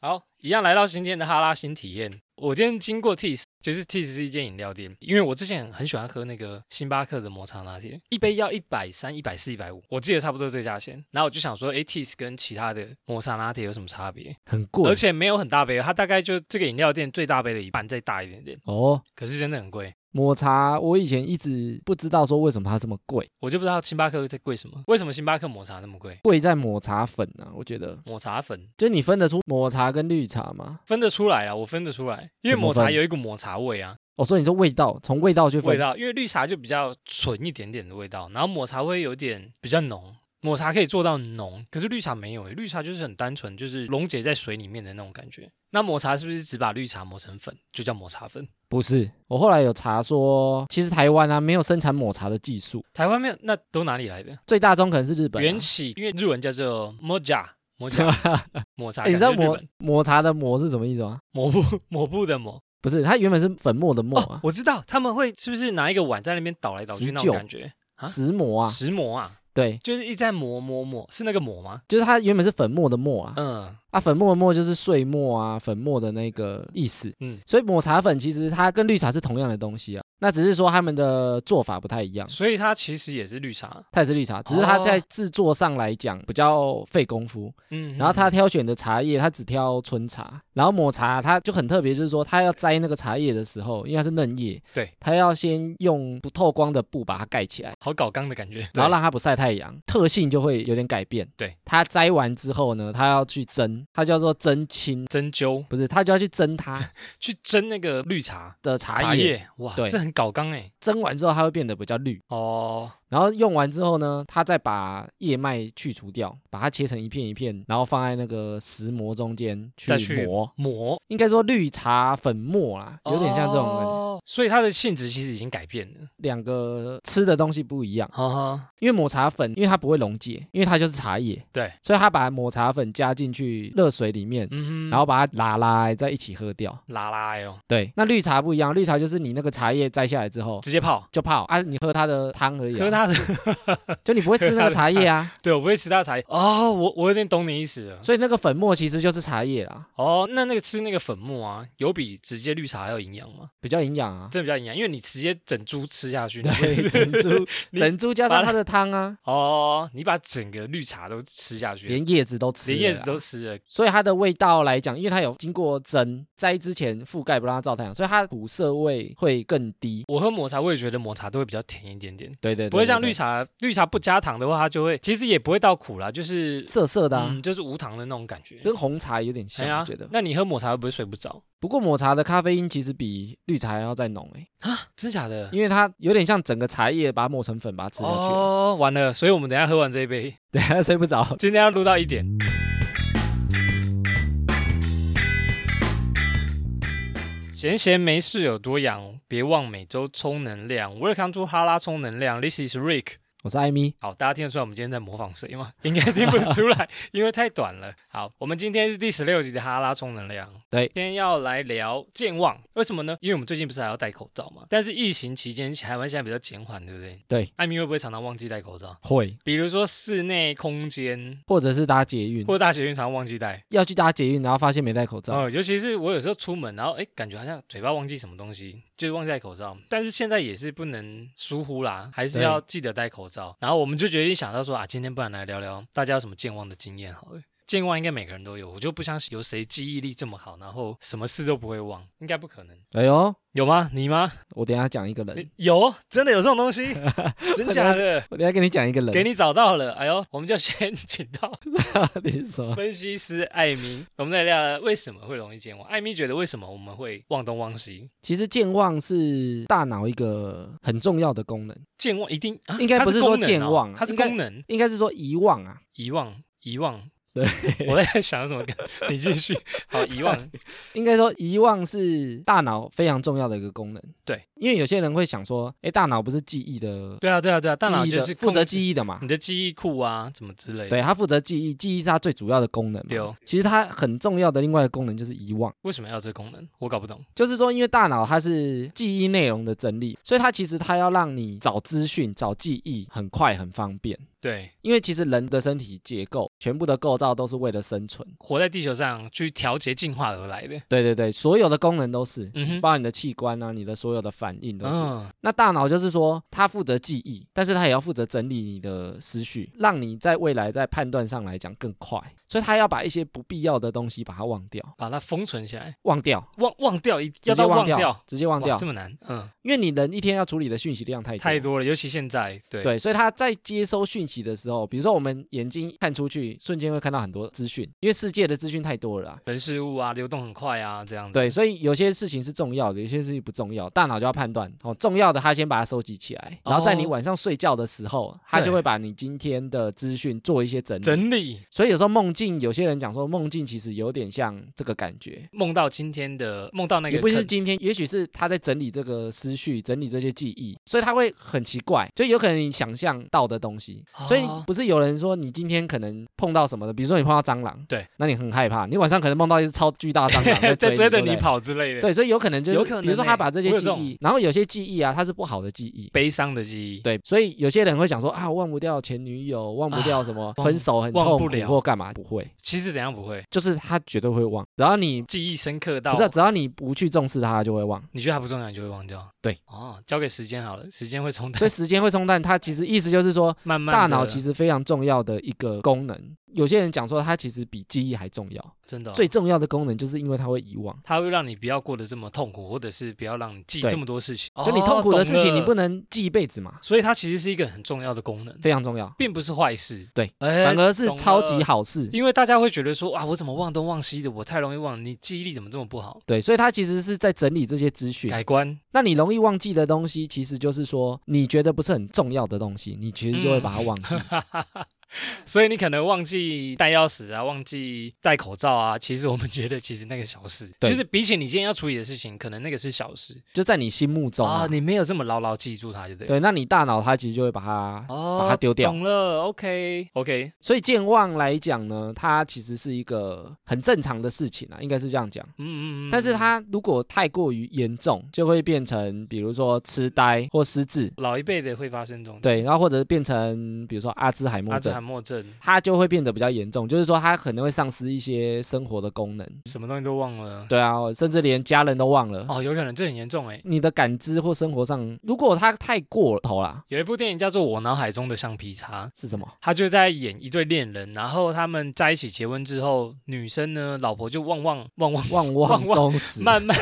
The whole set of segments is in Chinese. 好，一样来到今天的哈拉新体验。我今天经过 Tis，就是 Tis 是一间饮料店，因为我之前很喜欢喝那个星巴克的抹茶拿铁，一杯要一百三、一百四、一百五，我记得差不多这价钱。然后我就想说，诶 t i s 跟其他的抹茶拿铁有什么差别？很贵，而且没有很大杯，它大概就这个饮料店最大杯的一半，再大一点点。哦，可是真的很贵，抹茶我以前一直不知道说为什么它这么贵，我就不知道星巴克在贵什么，为什么星巴克抹茶那么贵？贵在抹茶粉啊，我觉得，抹茶粉就你分得出抹茶跟绿茶吗？分得出来啊，我分得出来，因为怎么抹茶分有一股抹茶味啊，哦，所以你说味道，从味道去分，味道，因为绿茶就比较纯一点点的味道，然后抹茶会有点比较浓，抹茶可以做到浓，可是绿茶没有诶，欸绿茶就是很单纯，就是溶解在水里面的那种感觉。那抹茶是不是只把绿茶磨成粉，就叫抹茶粉？不是。我后来有查说，其实台湾啊没有生产抹茶的技术，台湾没有，那都哪里来的？最大宗可能是日本、啊。缘起，因为日文叫做 moja。抹茶， 抹茶，哎你知道感觉日抹本抹茶的抹是什么意思吗？抹布抹布的抹不是，它原本是粉末的末哦啊，，我知道他们会是不是拿一个碗在那边倒来倒去那石臼种感觉，啊石磨啊，石磨啊，对，就是一直在磨磨磨，是那个磨吗？就是它原本是粉末的末啊，嗯，啊，粉末的末就是碎末啊，粉末的那个意思。嗯嗯，所以抹茶粉其实它跟绿茶是同样的东西啊，那只是说他们的做法不太一样。所以它其实也是绿茶，它也是绿茶，只是哦它在制作上来讲比较费功夫。嗯，然后它挑选的茶叶，它只挑春茶。然后抹茶它就很特别，就是说它要摘那个茶叶的时候，因为它是嫩叶，对，它要先用不透光的布把它盖起来。好搞刚的感觉，然后让它不晒太阳，特性就会有点改变。对，它摘完之后呢，它要去蒸，它叫做蒸青，针灸不是，它就要去蒸它去蒸那个绿茶的茶叶。茶叶，哇，对这很搞刚哎，蒸完之后，它会变得比较绿。哦，然后用完之后呢，它再把叶脉去除掉，把它切成一片一片，然后放在那个石磨中间再去去磨。磨，应该说绿茶粉末啦，有点像这种感觉。哦，所以它的性质其实已经改变了，两个吃的东西不一样，哈哈，因为抹茶粉，因为它不会溶解，因为它就是茶叶，对，所以它把抹茶粉加进去热水里面，嗯哼，然后把它拉拉在一起喝掉。拉拉哟，对，那绿茶不一样，绿茶就是你那个茶叶摘下来之后直接泡。就泡啊，你喝它的汤而已、喝啊，它的， 就你不会吃那个茶叶啊，对我不会吃它 的茶叶哦，我我有点懂你意思了。所以那个粉末其实就是茶叶啦，哦，那那个吃那个粉末啊，有比直接绿茶还有营养吗？比较营 养啊。这比较营养，因为你直接整株吃下去，你不对， 是珍珠你珍珠加把上它它的汤啊，哦，你把整个绿茶都吃下去，连叶啊子都吃，连叶子都。吃了，所以它的味道来讲，因为它有经过蒸摘之前覆盖不让它照太阳，所以它的苦涩味会更低。我喝抹茶，我也觉得抹茶都会比较甜一点点，对对对不会像绿茶茶，绿茶不加糖的话，它就会其实也不会到苦啦，就是涩涩的、啊，嗯，就是无糖的那种感觉。跟红茶有点像，哎呀我觉得。那你喝抹茶会不会睡不着？不过抹茶的咖啡因其实比绿茶还要再浓诶、欸啊真假的？因为它有点像整个茶叶把它磨成粉，把它吃下去了，哦，完了，所以我们等一下喝完这一杯，对，它睡不着。今天要录到一点。闲闲没事有多养，别忘每周充能量。Welcome to 哈拉充能量，This is Rick。我是艾米，好，大家听得出来我们今天在模仿谁吗？ 应该听不出来，因为太短了。好，我们今天是第十六集的哈拉充能量。对今天要来聊健忘，为什么呢？因为我们最近不是还要戴口罩嘛？但是疫情期间，台湾现在比较减缓，对不对？对。艾米会不会常常忘记戴口罩？会，比如说室内空间或者是搭捷运，或大学运常忘记戴。要去搭捷运，然后发现没戴口罩，哦，尤其是我有时候出门，然后哎，感觉好像嘴巴忘记什么东西，就是忘记戴口罩。但是现在也是不能疏忽啦，还是对要记得戴口罩。然后我们就决定想到说啊，今天不然来聊聊大家有什么健忘的经验好了。健忘应该每个人都有，我就不相信有谁记忆力这么好，然后什么事都不会忘，应该不可能。哎呦，有吗？你吗？我等一下讲一个人你，有？真的有这种东 西？嗯真假的？我等一下给你讲一个人，给你找到了。哎呦，我们就先请到 你是什么？分析师艾米，我们来聊聊为什么会容易健忘。艾米觉得为什么我们会忘东忘西？其实健忘是大脑一个很重要的功能，健忘一定、啊、应该它不是是说功能哦健忘啊它是应该功能应该是说遗忘啊，遗忘遗忘。对，我在想什么 梗？你继续。好，遗忘。应该说遗忘是大脑非常重要的一个功能。对，因为有些人会想说，哎，大脑不是记忆的，对啊，对啊，对啊，大脑记忆的就是嗯负责忆记忆的嘛你，的记忆库啊，怎么之类的。对，它负责记忆，记忆是它最主要的功能嘛。对哦其实它很重要的另外一个功能就是遗忘。为什么要这功能？我搞不懂。就是说，因为大脑它是记忆内容的整理，所以它其实它要让你找资讯、找记忆很快、很方便。对，因为其实人的身体结构全部的构造都是为了生存，活在地球上去调节进化而来的。对对对，所有的功能都是，嗯哼包括你的器官啊、你的所有的反应都是。嗯，那大脑就是说，它负责记忆，但是它也要负责整理你的思绪，让你在未来在判断上来讲更快。所以它要把一些不必要的东西把它忘掉，把它封存起来，忘掉，忘忘掉，一直要接到忘掉，直接忘哇掉这，么难？嗯，因为你人一天要处理的讯息量太多太多了，尤其现在，对，对，所以他在接收讯息的时候，比如说我们眼睛看出去，瞬间会看到很多资讯，因为世界的资讯太多了啊、人事物啊，流动很快啊，这样子。对，所以有些事情是重要的，有些事情不重要，大脑就要判断。哦，重要的他先把它收集起来，然后在你哦晚上睡觉的时候，他就对会把你今天的资讯做一些整理。整理所以有时候梦境，有些人讲说梦境其实有点像这个感觉，梦到今天的梦到那也个不是坑今天，也许是他在整理这个思绪，整理这些记忆，所以他会很奇怪，就有可能你想象到的东西。所以哦不是有人说你今天可能碰到什么的，比如说你碰到蟑螂，对，那你很害怕，你晚上可能梦到一只超巨大的蟑螂 在追追着对不你对。跑之类的，对，所以有可能就是，有可能比如说他欸把这些我有记这种忆，然后有些记忆啊，它是不好的记忆。悲伤的记忆，对，所以有些人会想说啊，忘不掉前女友，忘不掉什么忘分手很啊忘痛不苦了或干嘛，不会，其实怎样不会，就是他绝对会忘。只要你记忆深刻到不是啊，只要你不去重视它，它就会忘。你觉得它不重要，你就会忘掉。对，哦，交给时间好了，时间会 冲淡所以，时间会冲淡，它其实意思就是说，慢慢大脑其实实非常重要的一个功能。有些人讲说，它其实比记忆还重要。真的哦、最重要的功能就是因为它会遗忘，它会让你不要过得这么痛苦，或者是不要让你记对这么多事情。就你痛苦的事情，你不能，能记一辈子嘛，所以它其实是一个很重要的功能，非常重要，并不是坏事。对哎，反而是懂超级了好事。因为大家会觉得说啊，我怎么忘东忘西的，我太容易忘，你记忆力怎么这么不好？对，所以它其实是在整理这些资讯。改观，那你容易忘记的东西，其实就是说你觉得不是很重要的东西，你其实就会把它忘嗯记。 所以你可能忘记带钥匙啊，忘记戴口罩啊。其实我们觉得，其实那个小事，对就是比起你今天要处理的事情，可能那个是小事就在你心目中啊啊。，你没有这么牢牢记住它，对不对？对，那你大脑它其实就会把它哦，把它丢掉。懂了，OK OK，所以健忘来讲呢，它其实是一个很正常的事情啊，应该是这样讲。嗯嗯嗯。但是它如果太过于严重，就会变成比如说痴呆或失智，老一辈的会发生这种对，然后或者是变成比如说阿兹海默阿兹海症，默症，它就会变得比较严重，就是说它可能会丧失一些生活的功能，什么东西都忘了。对啊，甚至连家人都忘了。哦，有可能这很严重哎。你的感知或生活上，如果它太过头啦，有一部电影叫做《我脑海中的橡皮擦》，是 什么？他就在演一对恋人，然后他们在一起结婚之后，女生呢，老婆就忘忘忘忘，忘忘忘忘终始，慢 慢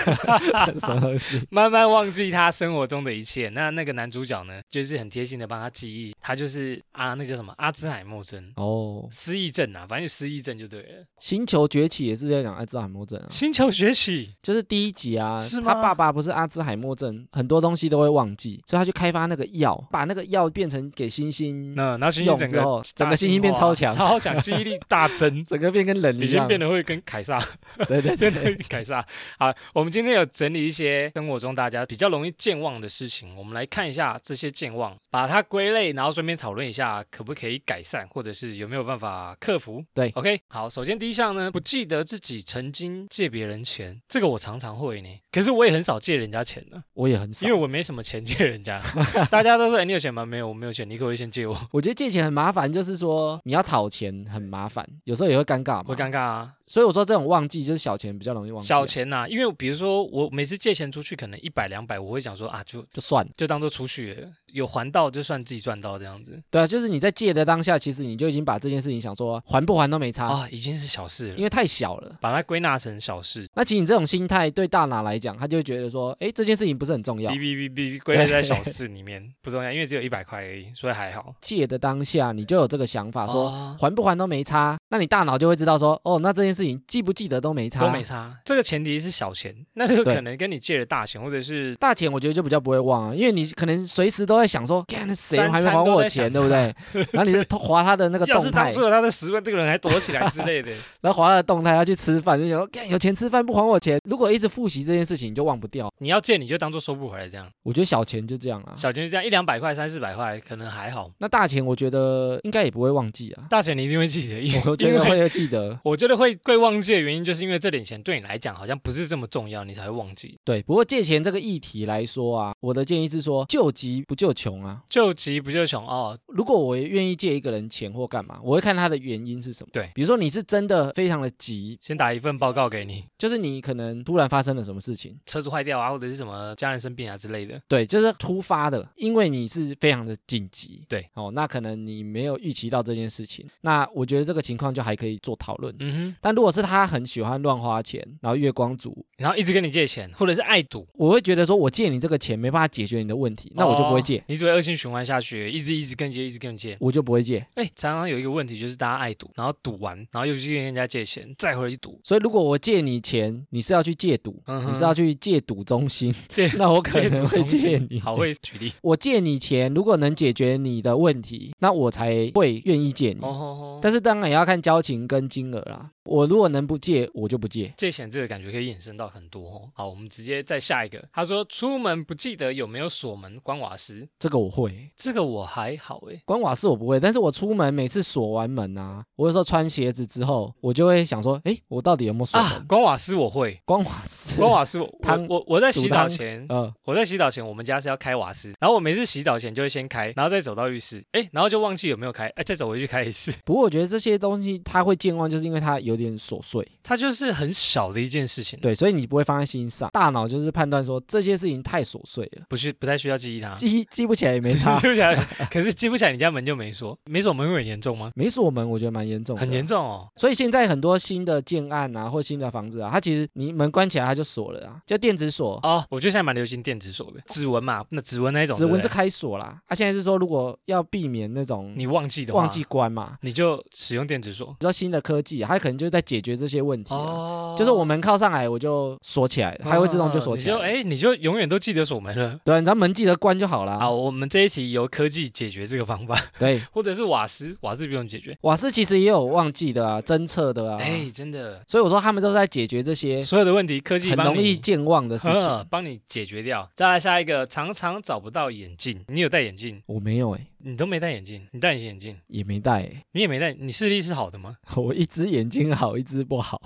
什么 东西？慢慢忘记他生活中的一切。那那个男主角呢，就是很贴心的帮他记忆，他就是啊，那叫什么阿兹海默症。哦，失忆症啊，反正就失忆症就对了。 《星球崛起》也是在讲阿兹海默症啊。星球崛起，就是第一集啊，是他吗爸爸不是阿兹海默症，很多东西都会忘记，所以他去开发那个药，把那个药变成给猩猩，那然后星嗯用星整之后个整个星星变大超进化强。超强，记忆力大增整个变跟人已 一经样。变得会跟凯撒， 对对 变得跟凯撒。好，我们今天有整理一些生活中大家比较容易健忘的事情，我们来看一下这些健忘，把它归类，然后顺便讨论一下可不可以改善，或者是有没有办法克服。对，OK，好，首先第一项呢，不记得自己曾经借别人钱，这个我常常会呢，可是我也很少借人家钱呢，我也很少因为，我没什么钱借人家， 大家都说、哎你有钱吗？没有，我没有钱，你可不可以先借我？我觉得借钱很麻烦，就是说你要讨钱很麻烦，有时候也会尴尬嘛。我尴尬啊，所以我说这种忘记就是小钱比较容易忘记，啊小钱呐、因为比如说我每次借钱出去，可能一百两百，我会想说啊，就就算了。就当做出去了，有还到就算自己赚到这样子对啊，就是你在借的当下，其实你就已经把这件事情想说还不还都没差，啊，已经是小事因了，为太小了。把它归纳成小事，那其实你这种心态对大脑来讲，他就会觉得说，哎，这件事情不是很重要哔。哔哔哔归类在小事里 面，不重要，因为只有一百块而已，所以还好。啊借的当下，你就有这个想法说，哦还不还都没差，那你大脑就会知道说，哦，那这件件事情，记不记得都没差，都没差。这个前提是小钱，那就对可能跟你借了大钱，或者是大钱我觉得就比较不会忘啊，因为你可能随时都在想说，干谁三还没餐还都我在钱，想 对不对？然后你就划他的那个要动是当态初，有他的十万，这个人还躲起来之 类的。然后划他的动态，要去吃饭，就想说，干有钱吃饭不还我钱。如果一直复习这件事情，你就忘不掉。你要借你就当做收不回来这样，我觉得小钱就这样啊，小钱就这样一两百块、三四百块可能还好，那大钱我觉得应该也不会忘记 啊，大钱你一定会记得，因为我觉因得为会记得。我觉得会会忘记的原因，就是因为这点钱对你来讲好像不是这么重要，你才会忘记。对，不过借钱这个议题来说啊，我的建议是说，救急不救穷啊。救急不救穷哦，如果我愿意借一个人钱或干嘛，我会看他的原因是什么。对比如说你是真的非常的急，先打一份报告给你，就是你可能突然发生了什么事情，嗯车子坏掉啊，或者是什么家人生病啊之类的。对，就是突发的，因为你是非常的紧急，对，哦，那可能你没有预期到这件事情，那我觉得这个情况就还可以做讨论。嗯哼，但如果是他很喜欢乱花钱，然后月光族，然后一直跟你借钱，或者是爱赌，我会觉得说，我借你这个钱没办法解决你的问题，那我就不会借，哦你只会恶性循环下去，一直一直跟借，一直跟借。我就不会借。哎，常常有一个问题就是大家爱赌，然后赌完，然后又去跟人家借钱，再回来去赌，所以如果我借你钱，你是要去戒赌，嗯哼你是要去戒赌中心，借 那我可借赌能会中心借你。好会举例。我借你钱，如果能解决你的问题，那我才会愿意借你。哦吼吼但是当然也要看交情跟金额啦。我如果能不借，我就不借。借钱这个感觉可以衍生到很多哦。好，我们直接再下一个。他说出门不记得有没有锁门关瓦斯，这个我会，这个我还好哎诶。关瓦斯我不会，但是我出门每次锁完门啊，我有时候穿鞋子之后，我就会想说，诶，我到底有没有锁门？啊，关瓦斯我会，关瓦斯，关瓦斯我汤我我我在洗煮澡汤前。 呃，我在洗澡前，我们家是要开瓦斯，然后我每次洗澡前就会先开，然后再走到浴室，哎，然后就忘记有没有开，哎，再走回去开一次。 不过我觉得这些东西它会健忘，就是因为它有点琐碎，它就是很小的一件事情，，对，所以你不会放在心上，大脑就是判断说这些事情太琐碎了，不是不太需要记忆它。记记不起来也没差 记。不起来，可是记不起来，你家门就没锁，没锁门会很严重吗？没锁门，我觉得蛮严重的，很严重哦。所以现在很多新的建案啊，或新的房子啊，它其实你门关起来它就锁了啊，就电子锁，哦，我觉得现在蛮流行电子锁的，指纹嘛，那指纹那一种，指纹对是不对开锁啦。啊，现在是说如果要避免那种你忘记的话，忘记关嘛，你就使用电子锁。比较新的科技啊，它可能就是在解决这些问题啊。哦就是我门靠上来，我就锁起来了，它会自动就锁你起就来。哎，你就永远都记得锁门了。对，你只要门记得关就好好，啦。我们这一题由科技解决这个方法， 对，或者是瓦斯，瓦斯不用解决。瓦斯其实也有忘记的啊，侦测的啊。哎，真的，所以我说他们都是在解决这些所有的问题科技很帮容易你。健忘的事呵情。帮你解决掉。再来下一个，常常找不到眼镜。你有戴眼镜？我没有哎、你都没戴眼镜，你戴隐形眼镜，也没戴、欸，你也没戴，你视力是好的吗？ 我一只眼睛好，一只不好。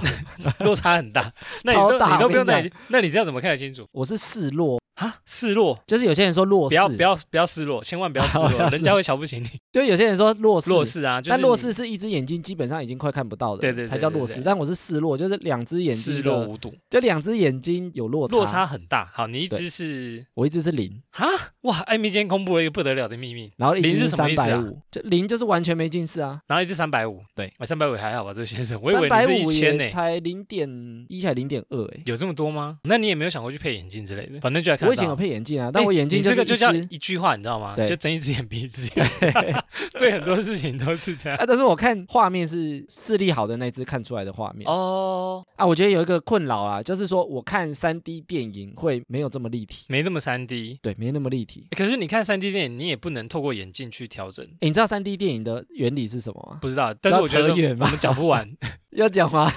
落差很 大。那你都超大你都不用我跟戴你眼镜，那你这样怎么看得清楚我是示弱，啊？示弱，就是有些人说弱不势，要不要不要示弱，千万不要示 不要弱，示人家会瞧不起你。就有些人说弱势，弱势啊，就是但弱你势是一只眼睛基本上已经快看不到的，对对对才叫弱对势。对但我是示弱，就是两只眼睛视的若无睹，就两只眼睛有落落差很大。好，你一对只是我一只是零，哈哇，艾米今天公布了一个不得了的秘密，然后一零只是什么三意思百啊五，就零就是完全没近视啊。然后一只三百五，哎对，三百五还好吧，这位先生，我以三为百你五是一千呢欸也，才零点一还零点二哎。有这么多吗？那你也没有想过去配眼镜之类的，反正就来看我得以前有到。配眼镜啊，但哎我眼睛你这是个一就叫 只 一句话，你知道吗？对就睁一只眼闭一只眼， 对很多事情都是这样。啊，但是我看画面是视力好的那只看出来的画面 哦，啊，我觉得有一个困扰啊，就是说我看三 D 电影会没有这么立体，没那么三 D。哎对，没那么立体。可是你看三 D 电影，你也不能透过眼镜去调整，欸你知道三 D 电影的原理是什么吗？不知道。但是我觉要得扯远我吗？们讲不完， 要讲 吗？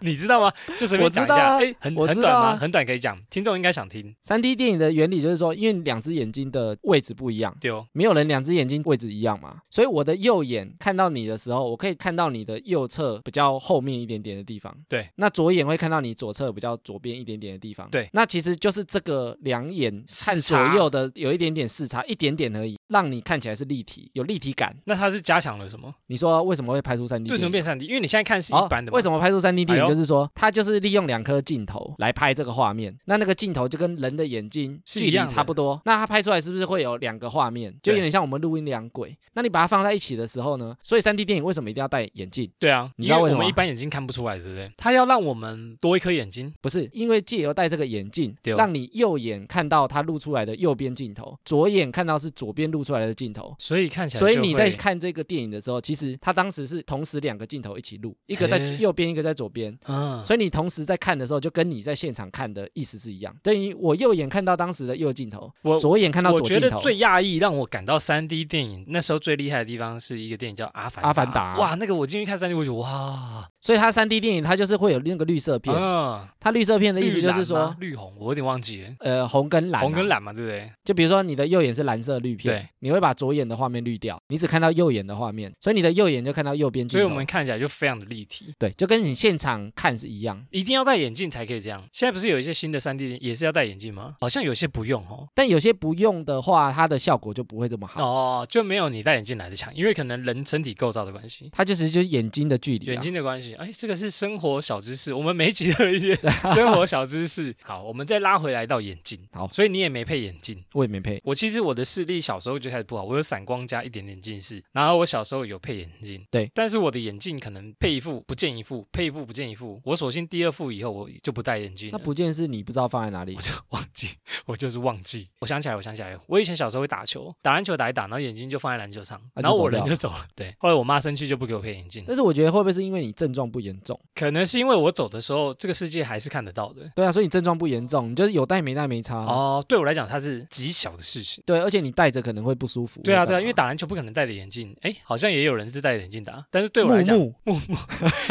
你知道吗？就随便我知讲一道下，啊哎，很我很知短道啊吗？很短可以讲，听众应该想听。三 D 电影的原理就是说，因为两只眼睛的位置不一样，丢没有人两只眼睛位置一样嘛，所以我的右眼看到你的时候，我可以看到你的右侧比较后面一点点的地方。对，那左眼会看到你左侧比较左边一点点的地方。对那其实就是这个两眼看视左差右的有一点点视差，一点点而已，让你看起来是立体，有立体感。那它是加强了什么？你说为什么会拍出三 D 对电能影？变三 D，因为你现在看是好，一般的嘛。哦为什么拍出三 D 电哎影？呦就是说，它就是利用两颗镜头来拍这个画面，那那个镜头就跟人的眼睛嗯是距一离样的差不多，那它拍出来是不是会有两个画面？就对有点像我们录音两轨。那你把它放在一起的时候呢？所以三 3D 电影为什么一定要戴眼镜？对啊，你知道因为我什么们吗一般眼睛看不出来，对不对？它要让我我们多一颗眼睛。不是因为借由戴这个眼镜，对哦让你右眼看到它露出来的右边镜头，左眼看到是左边露出来的镜头。所以看起来就所会，以你在看这个电影的时候，其实它当时是同时两个镜头一起录，一个在嘿右边，一个在左边。嗯，所以你同时在看的时候，就跟你在现场看的意思是一样。等于我右眼看到当时的右镜头，我左眼看到我左镜觉得头。最讶异，让我感到三 D 电影那时候最厉害的地方是一个电影叫《阿凡阿凡达哇，那个我进去看三 D，我就哇，所以它三 D 电影它就是会有那个绿色片，嗯，它绿色片的意思绿就蓝是说吗，绿红，我有点忘记了，呃，红跟蓝、红跟。蓝嘛，对不对？就比如说你的右眼是蓝色绿片对，你会把左眼的画面滤掉，你只看到右眼的画面，所以你的右眼就看到右边镜头。所以我们看起来就非常的立体，对，就跟你现场看是一样。一定要戴眼镜才可以这样。现在不是有一些新的三 D 也是要戴眼镜吗？好像有些不用哦。但有些不用的话，它的效果就不会这么好。哦，就没有你戴眼镜来的强，因为可能人身体构造的关系，它就是就是眼睛的距离、啊。眼睛的关系。哎，这个是生活小知识，我们每一集都有一 些生活小知识。好，我们再拉回来到眼镜。好所以你也没配眼镜。我也没配。我其实我的视力小时候就开始不好，我有散光加一点点近视，然后我小时候有配眼镜，对，但是我的眼镜可能配一副不见一副，配一副不见一副，我索性第二副以后我就不戴眼镜那了，不见是你不知道放在哪里我，就忘记， 我就是忘记。我想起来，我想起来，我以前小时候会打球，打篮球打一打，然后眼睛就放在篮球上，啊然后就走我人掉就走了，对。后来我妈生气就不给我配眼镜，但是我觉得会不会是因为你症状不严重？可能是因为我走的时候这个世界还是看得到的。对啊，所以你症状不严重，你就是有戴没戴没差。哦，对我来讲，它是极小的事情。对，而且你戴着可能会不舒服。对啊，会干对啊，嘛因为打篮球不可能戴着眼镜，哎，好像也有人是戴着眼镜打，但是对我来讲， 木木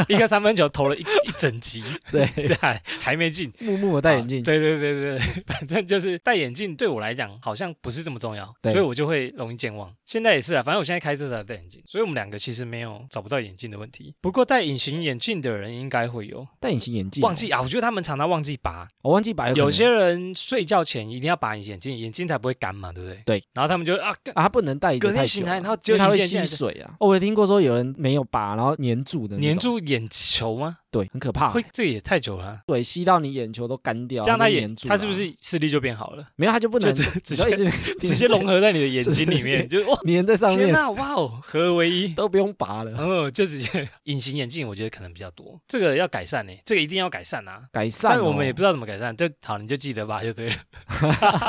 一个三分球投了一一整 集，对 这还还没进。木木 我戴眼啊镜，对对对 对对，反正就是戴眼镜对我来讲好像不是这么重要，对所以我就会容易健忘。现在也是啊，反正我现在开车才戴眼镜，所以我们两个其实没有找不到眼镜的问题。不过戴隐形眼镜的人应该会有戴隐形眼镜，忘记啊，我觉得他们常常忘记拔。我忘记把有些人睡觉前一定要拔隐形眼镜，眼睛才不会干嘛，对不对？对。然后他们就啊，干啊，它不能戴着隔天太久醒啊，来，然后因就为它会眼吸睛水啊。哦，我也听过说有人没有拔，然后粘住的那粘种，住眼球吗？对，很可怕，会，这也太久了啊。水吸到你眼球都干掉，这样它他就眼粘住他了是不啊是视力就变好了？没有？它就不能就直直你就一接 直直接融合在你的眼睛里 面，就哇，粘在上天面，呐，哇哦，合而为一。都不用拔了。哦，就直接隐形眼镜，我觉得可能比较多，这个要改善呢、这个一定要改善啊。改善、但哦，我们也不知道怎么改善，就好你就记得拔就对了，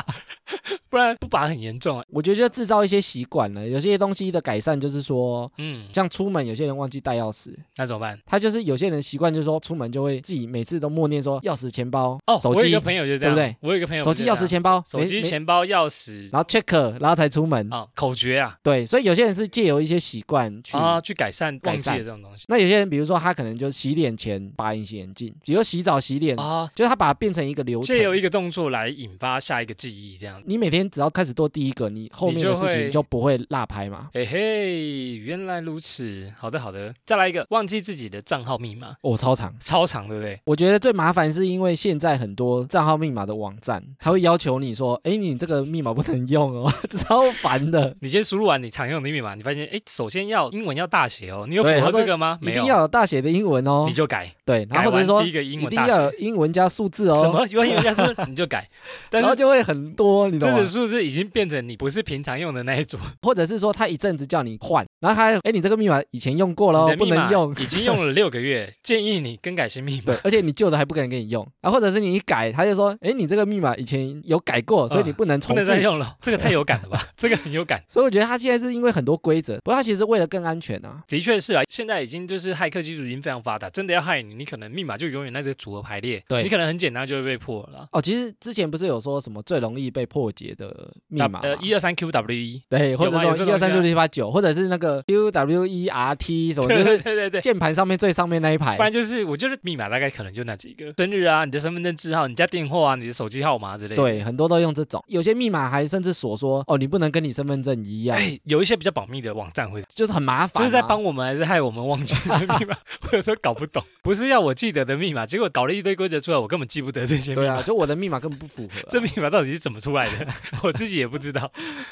不然不拔很严重啊。我觉得就制造一些习惯了。有些东西的改善就是说，嗯，像出门有些人忘记带钥匙，那怎么办？他就是有些人习惯就是说出门就会自己每次都默念说钥匙、钱包、哦，手我有一机个、朋友就这样，对不我有一个朋友手就机、钥这样啊匙、，钱包、手机、没没钱包、钥匙然后 check，然后才出门。啊，口诀啊对，所以有些人是借由一些习惯去。啊，去改善忘改记的善这种东西那有些人，比如说他可能就洗脸前拔隐形眼镜，比如洗澡洗脸，啊，就是他把它变成一个流程借。由一个动作来引发下一个记忆，这样。你每天只要开始做第一个，你后面的你就事会情就不会落拍嘛。嘿嘿，原来如此。好的，好的，再来一个，忘记自己的账号密码，哦，超长。超长，对不对？我觉得最麻烦是因为现在很多账号密码的网站，它会要求你说，哎，你这个密码不能用哦， 超烦的。你先输入完你常用的密码，你发现，哎，首先要英文要大写哦，你有符对合他说这个吗？啊一没定有，要有大写的英文哦你，就改，对，然改后或者完是说第一个英一文定大要有写，英文加数字哦，什么 英文人家说你就改，但 然后是。就会很多，你懂这吗个？数字已经变成你不是平常用的那一组，或者是说他一阵子叫你换，然后他哎，你这个密码以前用过喽你，的哦不密能码，用已经用了六个月，建议你更改新密码对。，而且你旧的还不敢给你用，然后或者是你一改，他就说，哎，你这个密码以前有改过，所以嗯你不能不重能复再。用了，这个太有感了吧？ 这个很有感，所以我觉得他现在是因为很多规则，不过他其实为了更安全啊，的确是啊，现在已经就是骇客技术已经非常发达，真的要害你，你可能密码就永远在这个组合排列，对你可能很简单就会被破了啦。哦，其实之前不是有说什么最容易被破解的密码吗？呃，一二三 E QWE，对，或有吗者有说这一东二西三啊四六七八九，或者是那个 Q W E R T 什么，就对是对对对。键盘上面最上面那一排不。然就是，我觉得密码大概可能就那几个，生日啊，你的身份证字号，你家电话啊，你的手机号码之类的。，对，很多都用这种，有些密码还甚至 锁说哦，你不能跟你身份证一样，哎，有一些比较保密的网站会，就是很麻烦、啊这是在，帮我们还是害我们忘记这个密码？ 我有时候搞不懂，不是要我记得的密码，结果搞了一堆规则出来，我根本记不得这些密对码。啊，就我的密码根本不符合啊、 这密码到底是怎么出来的， 我自己也不知道，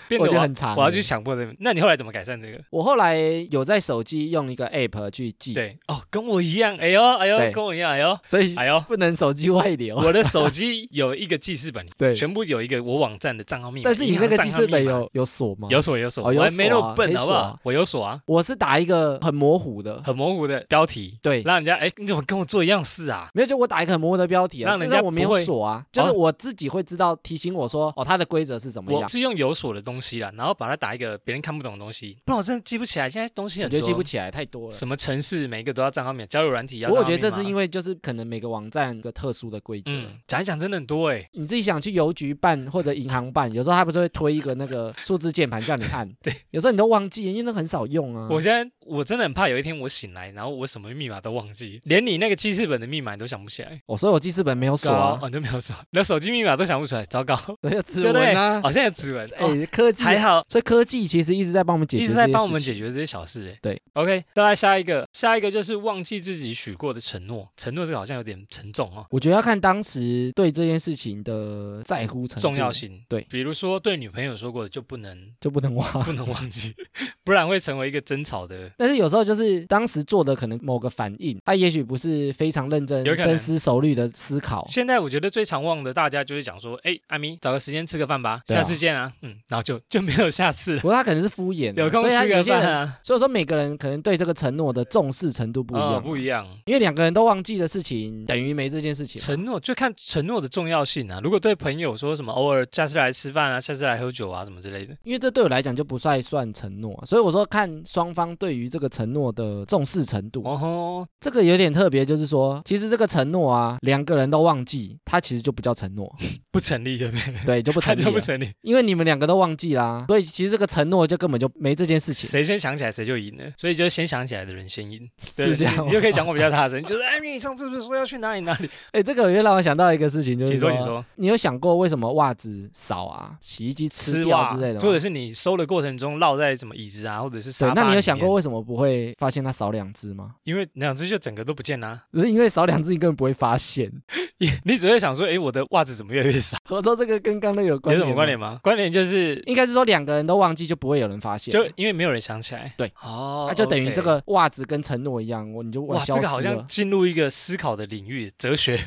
变我得我觉得要很嗯长欸、我要去想破这个。那你后来怎么改善这个？我后来有在手机用一个 app 去记，，对，哦，跟我一样，哎呦，哎对呦，跟我一样，哎呦，所以哎 呦，不能手机外流。我的手机有一个记事本，对，全部有一个我网站的账号密码。 但是你银那行个账记号事本密码有有锁吗？有。锁有锁，哦有我还没那锁么啊笨，可以好锁不好啊？我有锁啊，我是打一个很模糊的，很模糊的标题，对，让人家哎，你怎么跟我做一样事啊？没有就我打一个很模糊的标题啊，让人就是家我不没有会锁啊，就是哦我自己会知道提醒我说，哦，它的规则是怎么样我。是用有锁的东西啦，然后把它打一个别人看不懂的东西，不然我真的记不起来。现在东西我很觉多，得记不起来太多了。什么城市每个都要账号密码，交友软体啊要不过我觉得这是为因为就是可能每个网站有个特殊的规则，嗯，讲一讲真的很多哎、你自己想去邮局办或者银行办，有时候他不是会推一个那个数字键盘叫你按，对，有时候你都忘记，因为那很少用啊。我现在我真的很怕有一天我醒来，然后我什么密码都忘记，连你那个记事本的密码你都想不起来。我哦所以我记事本没有锁啊高，哦，你都没有说，连手机密码都想不出来，糟 糕，所以有指对不对？纹好啊，像有指纹，哦，哎，科技，还好，所以科技其实一直在帮我们解决，一直在帮我们。解决这些小事、哎，对，OK，再来下一个，下一个就是忘记自己许过的承诺，承诺这个好像有点沉重哦，我觉得要看当时对这件事情的在乎程度重要，性。对比如说对女朋友说过的就不 能就不能忘。不能忘记， 不然会成为一个争吵的但是有时候就是当时做的可能某个反应，他也许不是非常认真有、可能深思熟虑的思考，现在我觉得最常忘的，大家就是讲说，哎，阿咪，找个时间吃个饭吧，对啊下次见啊，嗯，然后就就没有下次了，不过他可能是敷衍的，啊有空所以他吃个 有些饭人，啊，所以说每个人可能对这个承诺的重视程度不一样，哦不一样。样。因为两个人都忘记的事情，等于没这件事情嘛。承诺就看承诺的重要性啊。如果对朋友说什么偶尔下次来吃饭啊，下次来喝酒啊什么之类的，因为这对我来讲就不算算承诺，所以我说看双方对于这个承诺的重视程度。哦吼，这个有点特别，就是说，其实这个承诺啊，两个人都忘记，它其实就不叫承 诺，不成立对不对？对，就不他成立啊了就不成立，因为你们两个都忘记啦，所以其实这个承诺就根本就没这件事情，谁先想起来谁就赢了，所以就先想起来的人先赢， 对是这样你吗你？就可以讲我比较大声，就是哎，你上次不是说要去哪里哪里？哎、这个又让我想到一个事情，就是请说，请说。你有想过为什么袜子少啊，洗衣机吃丝掉袜之类的或者吗？是你收的过程中落在什么椅子啊，或者是沙发，对那你有里想面过为什么不会发现它少两只吗？因为两只就整个都不见啦、不是因为少两只，你根本不会发现。 你 你只会想说，诶，我的袜子怎么越来越少？合作这个跟刚刚那个有有关什么吗关？联吗？关联就是应该是说两个人都忘记，就不会有人发现。就因为没有人想起来，对，哦，那就等于 OK 这。个袜子跟承诺一样，我你就哇，消这失个好像了进入一个思考的领域，哲学，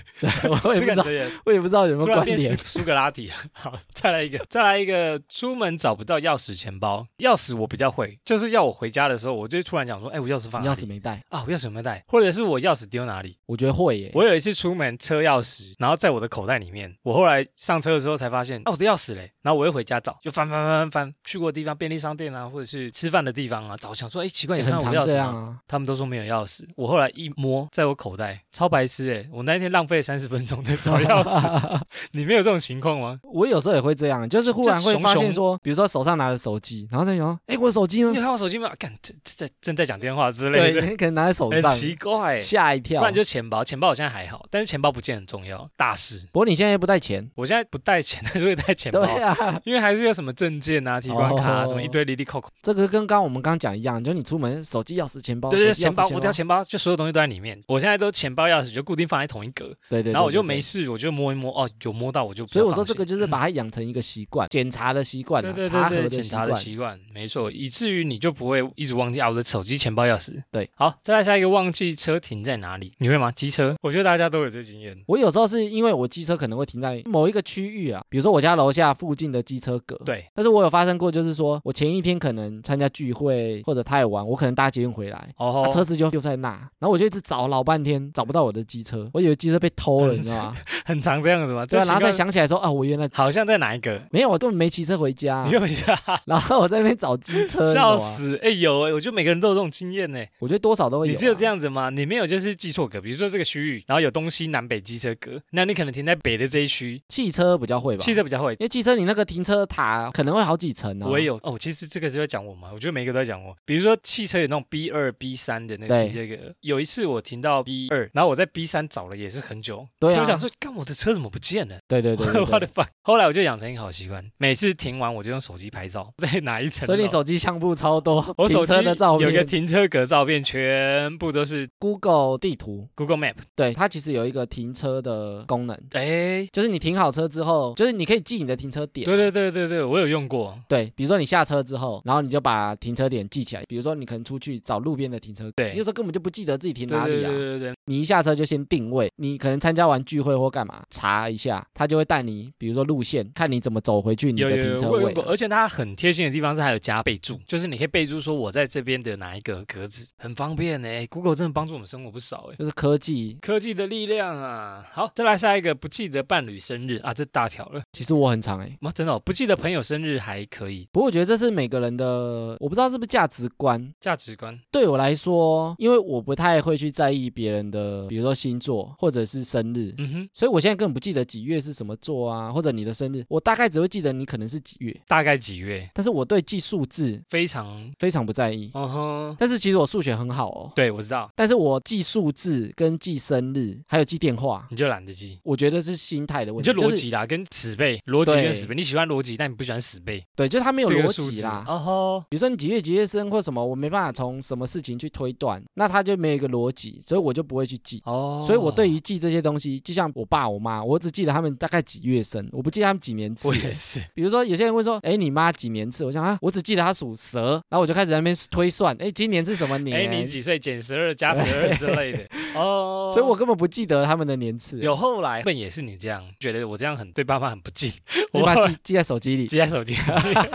我 这也不知个道哲，学 我也不知道有没突有然关变苏联。苏格拉底了。好，再来一个，再来一个，出门找不到钥匙钱包，钥匙我比较会，就是要我回家的时候，我就突然讲说，诶，我钥匙放你哪钥里匙没带，啊，我钥匙有没有带？或者是我钥匙丢哪里？我觉得会耶。我有一次出门车钥匙，然后在我的口袋里面。我后来上车的时候才发现，哦，我的钥匙嘞。然后我又回家找，就翻翻翻翻翻，去过的地方，便利商店啊，或者是吃饭的地方啊，找想说，哎，奇怪，也有看很到常我钥这匙样吗？啊。他们都说没有钥匙。我后来一摸，在我口袋，超白痴哎！我那一天浪费三十分钟在找钥匙， 你们有这种情况吗？我有时候也会这样，就是忽就然会熊发现熊说，比如说手上拿着手机，然后再想说，哎，我的手机呢 你有？看我手机吗？干，这这在正在讲电话之类对， 的，你可能拿在手很上，奇怪欸。吓一跳。不然就钱包，钱包我现在还好，但是钱包不见很重要，大事。不过你现在又不带钱，我现在不带钱，但是会带钱包。对啊，因为还是有什么证件啊、提款卡啊、哦什么一堆里里扣扣，这个跟刚刚我们刚刚讲一样，就你出门手机、钥匙、哦钱包，对对，手机钥钱匙包，我掉钱包，就所有东西都在里面。我现在都钱包、钥匙就固定放在同一格，对对对，然后我就对没对事，我就摸一摸，哦，有摸到我就比较所以我说放这心。个就是把它养成一个习惯，检查的习惯啊对对，查对对，核的检习查的惯。习惯，没错，以至于你就不会一直忘记啊，我的手机、钱包、钥匙。对，好，再来下一个，忘记车停在哪里，你会吗？机车，我觉得大家都有这经验。我有时候是因为我机车可能会停在某一个区域啊，比如说我家楼下附近的机车格。对，但是我有发生过，就是说我前一天可能参加聚会或者太晚，我可能搭捷运回来，哦啊、吼，车子就丢在那，然后我就一直找老半天，找不到我的机车，我以为机车被偷了，你知道吗？ 很常这样子吗？这对啊，然习后再惯想起来说啊，我原来好像在哪一个？没有，我根本没骑车回家啊、你有一下， 然后我在那边找机车，你懂笑吗！死！哎，有哎，我觉得每个人都有这种经验呢。我觉得多少都会有、啊你只有这样，样子吗？你没有就是记错格，比如说这个区域，然后有东西南北机车格，那你可能停在北的这一区，汽车比较会吧？汽车比较会。因为汽车你那个停车塔可能会好几层啊。我也有哦，其实这个就在讲我嘛，我觉得每个都在讲我。比如说汽车有那种 B 二、B 三的那个对停车格，有一次我停到 B 二，然后我在 B 三找了也是很久，对啊我想说，干我的车怎么不见了？对对对 对我对的 fuck！后来我就养成一个好习惯，每次停完我就用手机拍照，在哪一层楼？所以你手机相簿超多，我手停机车的照有片，一个停车格照片，全部都是 Google 地图， Google Map。对它其实有一个停车车的功能，哎，就是你停好车之后，就是你可以记你的停车点。对对对对对，我有用过，对，比如说你下车之后，然后你就把停车点记起来。比如说你可能出去找路边的停车，对你有时候根本就不记得自己停对哪对里对啊。对对，你一下车就先定位，你可能参加完聚会或干嘛，查一下，他就会带你，比如说路线，看你怎么走回去你有的有嗯停有，车我有位啊用过，了。而且它很贴心的地方是还有加备注，就是你可以备注说我在这边的哪一个格子，很方便呢、Google 欸真的帮助我们生活不少哎、就是科技，科技的力量啊！好，再来下一个，不记得伴侣生日啊，这大条了。其实我很常哎、欸，妈，真的、哦、不记得朋友生日还可以，不过我觉得这是每个人的，我不知道是不是价值观。价值观对我来说，因为我不太会去在意别人的，比如说星座或者是生日，嗯哼，所以我现在根本不记得几月是什么座啊，或者你的生日，我大概只会记得你可能是几月，大概几月？但是我对记数字非常，非常不在意。嗯哼，但是其实我数学很好哦，对我知道，但是我记数字跟记生日，还有记电话，你就懒得记。我觉得是心态的嗯你问题，就逻是辑啦，跟死背，逻辑跟对死背，你喜欢逻辑，但你不喜欢死背，对，就是他没有这个逻数辑字啦。哦吼，比如说你几月几月生或什么，我没办法从什么事情去推断，那他就没有一个逻辑，所以我就不会去记。哦，所以我对于记这些东西，就像我爸我妈，我只记得他们大概几月生，我不记得他们几年次我。也是，比如说有些人会说，哎，你妈几年次？我想啊，我只记得她属蛇，然后我就开始在那边推算，哎，今年是什么年？哎，你几岁减十二加十二之类 的哦，所以我根本不记得他们的年次，有后来问也是你这样觉得我这样很对爸妈很不敬， 你我把后 它来记记在手机里，记在手 机里，啊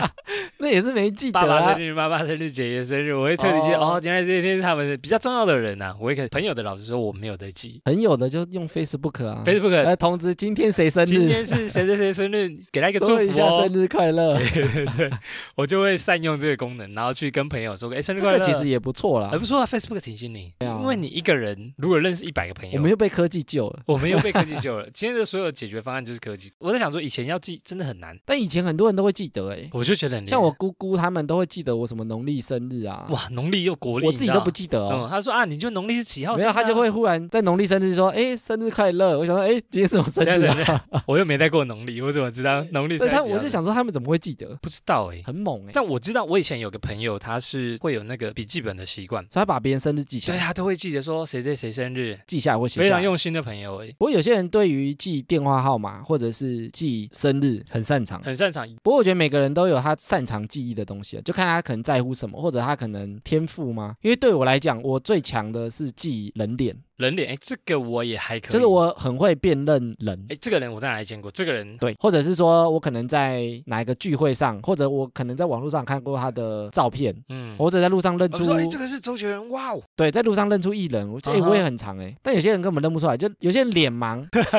那也是没记得爸爸啊生。日、妈妈生日、姐姐生日，我会特地记得哦哦，原来这一天是他们的比较重要的人呐、啊我会跟朋友的老师说我没有在 记朋友的就用 Facebook 啊 Facebook。来通知今天谁生今日，天是谁谁谁生日，给他一个祝说一福下 生哦。日快 乐。对对对，我就会善用这个功能，然后去跟朋友说，哎，生日这快个乐。其实也不错啦还，不错啊，Facebook 提醒你，对啊因为你一个人如果认识一百个朋友，我们又被科技救了。我们又被科技救了。今天的所有解决方案就是科技。我在想说，以前要记真的很难，但以前很多人都会记得哎，我就觉得很厉害像我姑姑他们都会记得我什么农历生日啊，哇，农历又国历，我自己你知都道不记得哦。嗯，他说啊，你就农历是几号没生日有，啊？他就会忽然在农历生日说：“哎，生日快乐！”我想说：“哎，今天是我 生现在日怎啊。样？我又没带过农历，我怎么知道农”历？ 对他，我是，想说他们怎么会记得，不知道哎、很猛哎。但我知道，我以前有个朋友，他是会有那个笔记本的习惯，所以他把别人生日记下对啊来，他都会记得说谁谁谁生日，记下来或写非下常来。用心的朋友哎、不过有些人对于记电话号码或者是记生日很擅长，很擅长。不过我觉得每个人都有他擅长记忆的东西啊，就看他可能在乎什么，或者他可能天赋吗？因为对我来讲，我最强的是记人脸，人脸哎、这个我也还可以，就是我很会辨认人哎、。这个人我在哪里见过？这个人对，或者是说我可能在哪一个聚会上，或者我可能在网络上看过他的照片，嗯，或者在路上认我出们，说哎、这个是周杰伦， 哇哦，对，在路上认出艺人，我觉得哎、嗯哼我也很长哎、但有些人根本认不出来，就有些人脸盲。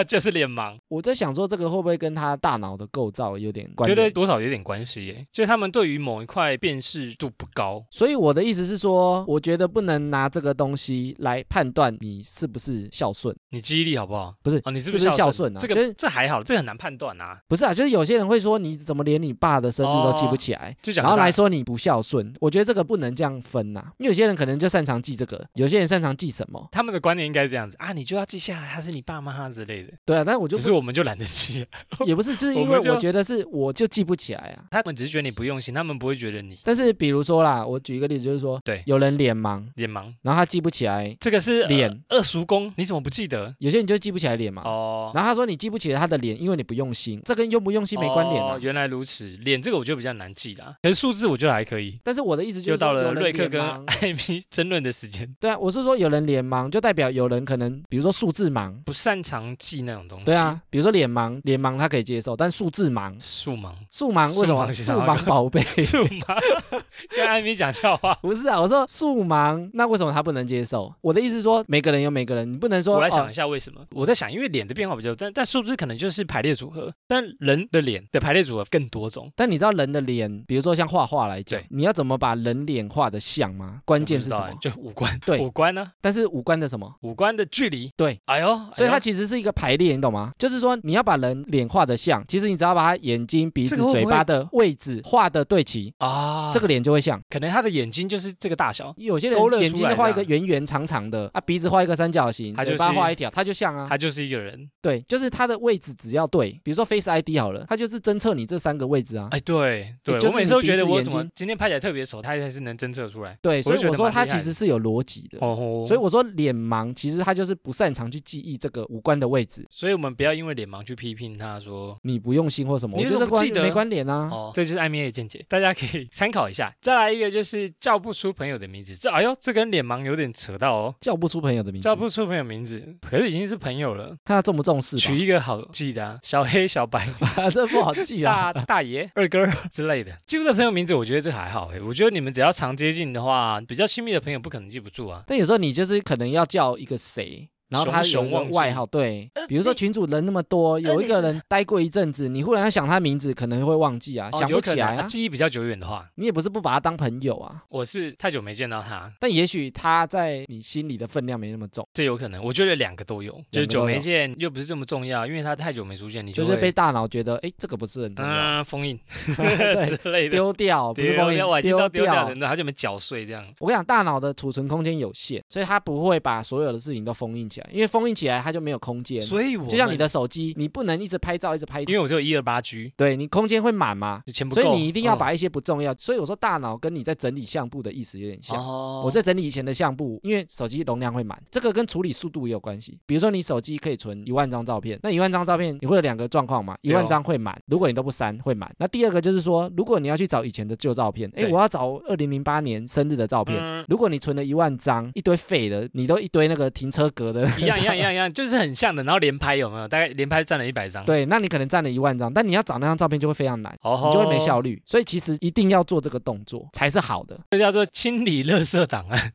就是脸盲，我在想说这个会不会跟他大脑的构造有点关觉得联？多少有点关系哎、就是他们对于某一块辨识度不高，所以我的意思是说，我觉得不能拿这个东西来判断你是不是孝顺，你记忆力好不好？不是哦，你是是不不是是孝孝顺？顺啊这个、就是这还好，这个很难判断啊。不是啊，就是有些人会说你怎么连你爸的生日都记不起来，哦就讲然后到来说你不孝顺，我觉得这个不能这样分呐、因为有些人可能就擅长记这个，有些人擅长记什么，他们的观念应该是这样子啊，你就要记下来，他是你爸妈之类的。对啊，但是我就只不是我们就懒得记，也不是，就是我因为们就我觉得是我就记不起来啊。 他们只是觉得你不用心，他们不会觉得你但是比如说啦，我举一个例子，就是说，对有人脸盲，脸盲。然后他记不起来，这个是脸啊呃二叔公，你怎么不记得？有些人就记不起来脸嘛。哦，然后他说你记不起来他的脸，因为你不用心，这跟用不用心没关联啊。哦原来如此，脸这个我觉得比较难记啦，可是数字我觉得还可以。但是我的意思就是又到说了有人瑞克脸跟盲艾米争论的时间，对啊，我是说有人脸盲就代表有人可能，比如说数字盲，不擅长记那种东西。对，啊，比如说脸盲，脸盲他可以接受，但数字盲，数盲，数盲为什么？数盲数盲宝贝。 数盲， 跟艾米讲笑话。不是啊，我说数盲，那为什么他不能接受？我的意思是说，每个人有每个人，你不能说我来想哦一下为什么？我在想，因为脸的变化比较但但数字可能就是排列组合，但人的脸的排列组合更多种。但你知道人的脸，比如说像画画来讲对，你要怎么把人脸画的像吗？关键是什我么不？知道欸就五官，对五官呢、啊但是五官的什么？五官的距离。对，哎呦，所以它哎其实是一个排列，你懂吗？就是说你要把人脸画的像，其实你只要把他眼睛、鼻子这个、会不会嘴巴的位置画的对齐，呦啊，这个脸就会像。可能他的眼睛就是这个大小，有些勾勒人出来眼睛就画一这个样圆圆长长的啊，鼻子画一个三角形，它嘴就巴是画一条，它就像啊，他就是一个人。对，就是它的位置只要对，比如说 Face ID 好了，它就是侦测你这三个位置啊。哎，对对，就是我每次都觉得你鼻子我眼怎么睛今天拍起来特别熟，他还是能侦测出来。对，所就以觉我得说蛮它厉害其实是有逻辑的。哦，所以我说脸盲其实它就是不擅长去记忆这个五官的位置，所以我们不要因为脸盲去批评他说。你不用心或什么，你我为什觉得么不记关没得关联啊。哦，这就是艾米的见解，大家可以 参考一下。再来一个就是叫不出朋友的名字，这哎呦，这跟脸盲有点扯到哦，叫不出朋友的名字，叫不出朋友名字，可是已经是朋友了，看他重不重视取一个好记的、啊，小黑、小 白、吧，这不好 记 啊。大大爷、二哥之类的，记不得朋友名字，我觉得这还好欸诶，我觉得你们只要常接近的话，比较亲密的朋友不可能记不住啊。但有时候你就是可能要叫一个谁，然后他有熊熊一个忘记呃外号，对，比如说群主人那么多，有一个人待过一阵子，你忽然要想他名字，可能会忘记啊，哦想有不可起来能啊。记忆比较久远的话，你也不是不把他当朋友啊，我是太久没见到他，但也许他在你心里的分量没那么重，这有可能。我觉得两个都有，就是久没见又不是这么重要，因为他太久没出现，你就会是被大脑觉得，哎，这个不是很重要，嗯封 印对，之类的。丢掉，哦不是丢光掉，我已经丢到丢掉掉了，。然后就没搅碎这样。我跟你讲，大脑的储存空间有限，所以它不会把所有的事情都封印起来，因为封印起来它就没有空间。所以我就像你，的手机，你不能一直拍照，一直拍因，为我只有一二八 G，对你空间会满嘛，就钱不够，所以你一定要嗯把一些不重要。所以我说大脑跟你在整理相簿的意思有点像。哦，我在整理以前的相簿，因为手机容量会满，这个跟处理速度也有关系。比如说你手机可以存一万张照片，那一万张照片你会有两个状况嘛，一对哦万张会满，如果你都不删会满。那第二个就是说，如果你要去找以前的旧照片，诶，对我要找二零零八年生日的照片。嗯如果你存了一万张，一堆废的，你都一堆那个停车格的，一样一样一样一样，就是很像的。然后连拍有没有？大概连拍占了一百张。， 对，那你可能占了一万张，但你要找那张照片就会非常难。哦吼你就会没效率。所以其实一定要做这个动作才是 好的。这叫做清理垃圾档案，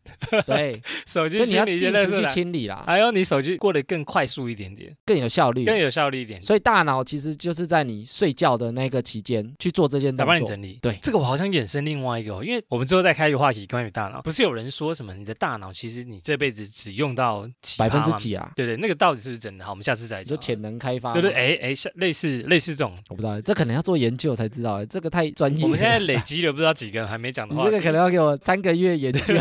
对，手机就你要清理一定些垃时圾去档，清理啦，还有你手机过得更快速一点点，更有效率。啊更有效率一点，所以大脑其实就是在你睡觉的那个期间去做这件来动帮你作。整理。对这个我好像衍生另外一个、哦，因为我们之后再开一个话题关于大脑，不是有人说什么你的大脑其实你这辈子只用到几百分之趴吗？几啊？对对，那个到底是不是真的？好，我们下次再你说讲。啊潜能开发？对对，，哎哎，像类似类似这种，我不知道，这可能要做研究才知道，这个太专业了。我们 现在累积了不知道几个还没讲的你话这题，个可能要给我三个月 研究。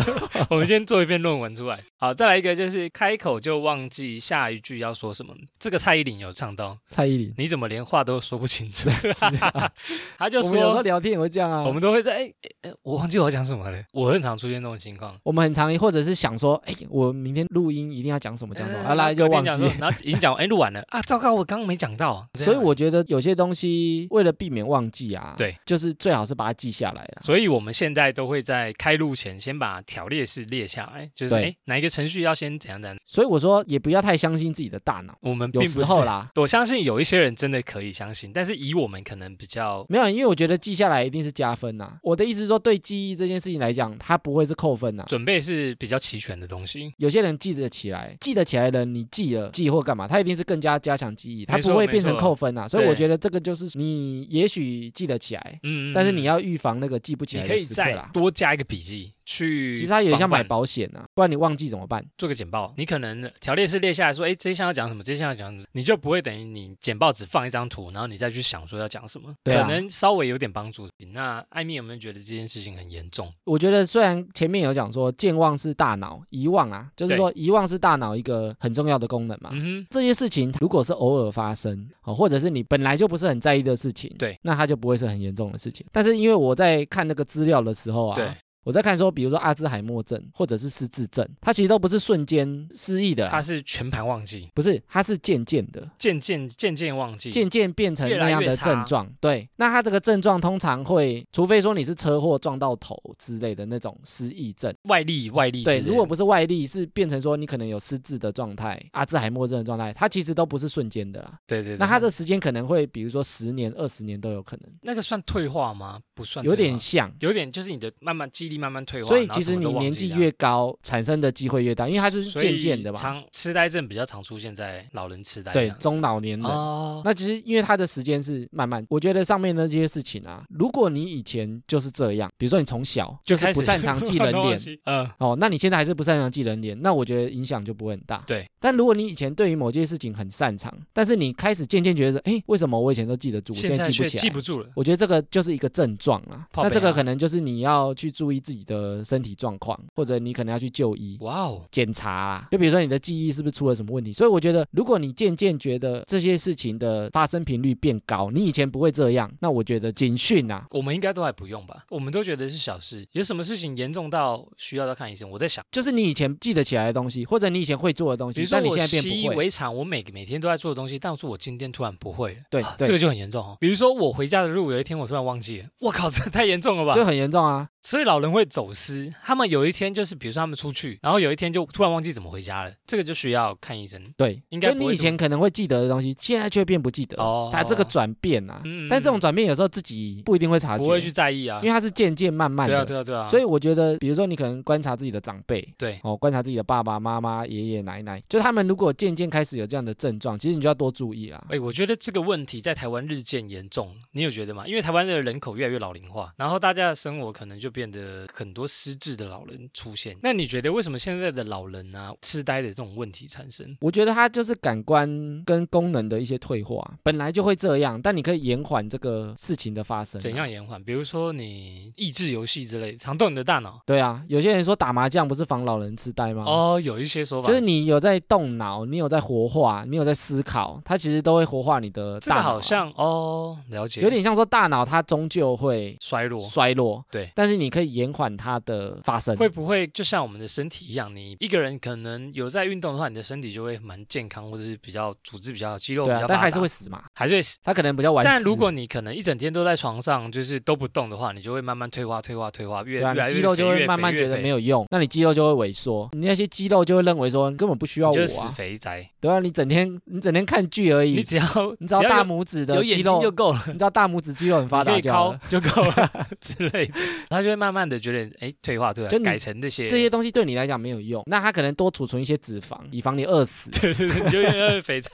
我们先做一篇论文出来。好，再来一个就是开口就忘记下一句要说什么。这个蔡依林有唱到，蔡依 林，你怎么连话都说不清 楚？是啊她就我们有时候说，聊天也会这样啊。我们都会在哎哎哎，我忘记我要讲什么了。我很常出现这种情况。我们很常或者是想说，哎，我明天录音一定要讲什么讲什么，啊，来就呃隔忘天讲记说。然后已经讲完哎录完了啊，糟糕，我刚刚没讲到啊。所以我觉得有些东西为了避免忘记啊，对，就是最好是把它记下来啊了。所以我们现在都会在开录前先把条列式列下来，就是对哎哪一个程序要先怎样怎样。所以我说也不要太相信自己的大脑，我们有并时不候是，啦，我相信有一些人真的可以相信，但是以我们可能比较没有，因为我觉得记下来一定是加分呐、我的意思是说，对记忆这件事情来讲，它不会是扣分呐、准备是比较齐全的东西。有些人记得起来，记得起来的人，你记了记或干嘛，他一定是更加加强记忆，他没错不会变成没错扣分呐、所以对我觉得这个就是你也许记得起来，嗯，但是你要要预防那个记不起你来可的以时刻再啦。多加一个笔记去，其实它有点像买保险呐、不然你忘记怎么办？做个简报，你可能条列式列下来说，哎，这一项要讲什么，这一项要讲什么，你就不会等于你简报只放一张图，然后你再去想说要讲什么，对啊可能稍微有点帮助。那艾米有没有觉得这件事情很严重？我觉得虽然前面有讲说健忘是大脑遗忘啊，就是对说遗忘是大脑一个很重要的功能嘛。嗯哼，这些事情如果是偶尔发生，哦，或者是你本来就不是很在意的事情，对，那它就不会是很严重的事情。但是因为我在看那个资料的时候啊，对，我在看说，比如说阿兹海默症或者是失智症，它其实都不是瞬间失忆的啦他是全盘忘记，不是，它是渐渐的，渐渐渐渐忘记，渐渐变成嗯越来那样越的差症状。对，那它这个症状通常会，除非说你是车祸撞到头之类的那种失忆症。外力外力之类对，的。如果不是外力，是变成说你可能有失智的状态、阿兹海默症的状态，它其实都不是瞬间的啦。对对，对那它的时间可能会，比如说十年、二十年都有可能，那个算退化吗？不算退化，有点像。有点就是你的慢慢记忆力慢慢退化，所以然后其什实么你都忘年记纪了越高，产生的机会越大，因为它是所渐以渐的嘛。常痴呆症比较常出现在老人痴呆这对，样子，中老年人。哦，那其实因为它的时间是慢慢，我觉得上面的这些事情啊，如果你以前就是这样，比如说你从小就是开不始擅长记人 很多东脸，西，嗯，哦，那你现在还是不擅长记人脸，那我觉得影响就不会很大。对，但如果你以前对于某件事情很擅长，但是你开始渐渐觉得，哎，为什么我以前都记得住，我现在在记却不起记来不？住了。我觉得这个就是一个症状啊。靠那这北个啊可能就是你要去注意自己的身体状况，或者你可能要去就医。哇哦，检查啦，就比如说你的记忆是不是出了什么问题？所以我觉得，如果你渐渐觉得这些事情的发生频率变高，你以前不会这样，那我觉得警讯啊，我们应该都还不用吧？我们都觉得是小事，有什么事情严重到需要到看医生？我在想，就是你以前记得起来的东西，或者你以前会做的东比西如，说但你我现在变习以不会。为常，我每每天都在做的东西，但是我今天突然不会了。对啊对这个就很严重哦。比如说我回家的路，有一天我突然忘记了，我靠，这太严重了吧？就很严重啊！所以老人会走失，他们有一天就是，比如说他们出去，然后有一天就突然忘记怎么回家了，这个就需要看医生。对，应该就不你会以这么前可能会记得的东西，现在却变不记得。哦它这个转变啊，嗯但这种嗯转变有时候自己不一定会察觉，不会去在意啊因为，它是渐渐慢慢对啊，的。对啊，对啊，所以以我觉得，比如说你可能观察自己的长辈，对哦，观察自己的爸爸妈妈、爷爷奶奶，就他们如果渐渐开始有这样的症状，其实你就要多注意啦。哎，我觉得这个问题在台湾日渐严重，你有觉得吗？因为台湾的人口越来越老龄化，然后大家的生活可能就变得很多失智的老人出现。那你觉得为什么现在的老人啊痴呆的这种问题产生？我觉得它就是感官跟功能的一些退化，本来就会这样，但你可以延缓这个事情的发生、啊怎？样延缓？比如说你益智游戏之类，常动你的大脑。对啊，有些人说打麻将不是防老人痴呆吗？哦，有一些说法，啊就是你有在动脑，你有在活化，你有在思考，它其实都会活化你的这个大脑啊。好像哦，了解，有点像说大脑它终究会衰落。衰落，对但是你可以延缓它的发生。会不会就像我们的身体一样，你一个人可能有在运动的话，你的身体就会蛮健康，或者是比较组织比较好肌肉比较对啊发，达，但还是会死嘛，还是会死。它可能比较晚死。但如果你可能一整天都在床上，就是都不动的话，你就会慢慢退化、退化、退化，越对越啊，来你越肌肉就肥会慢慢觉越得没，肥越肥有用，那你肌肉就会萎缩，你那些肌肉就会认为说根本不需要你我就是死啊，肥宅。对啊，你整天你整天看剧而你已，只要你只要大有拇指的有肌眼睛肉就，够了，你知道大拇指肌肉很发你可达以就好敲了。就够 了之类的，他就会慢慢的觉得哎退化退就化，你改成那些这些东西对你来讲没有用，那它可能多储存一些脂肪，以防你饿死。 对对对，你就越来越肥 宅。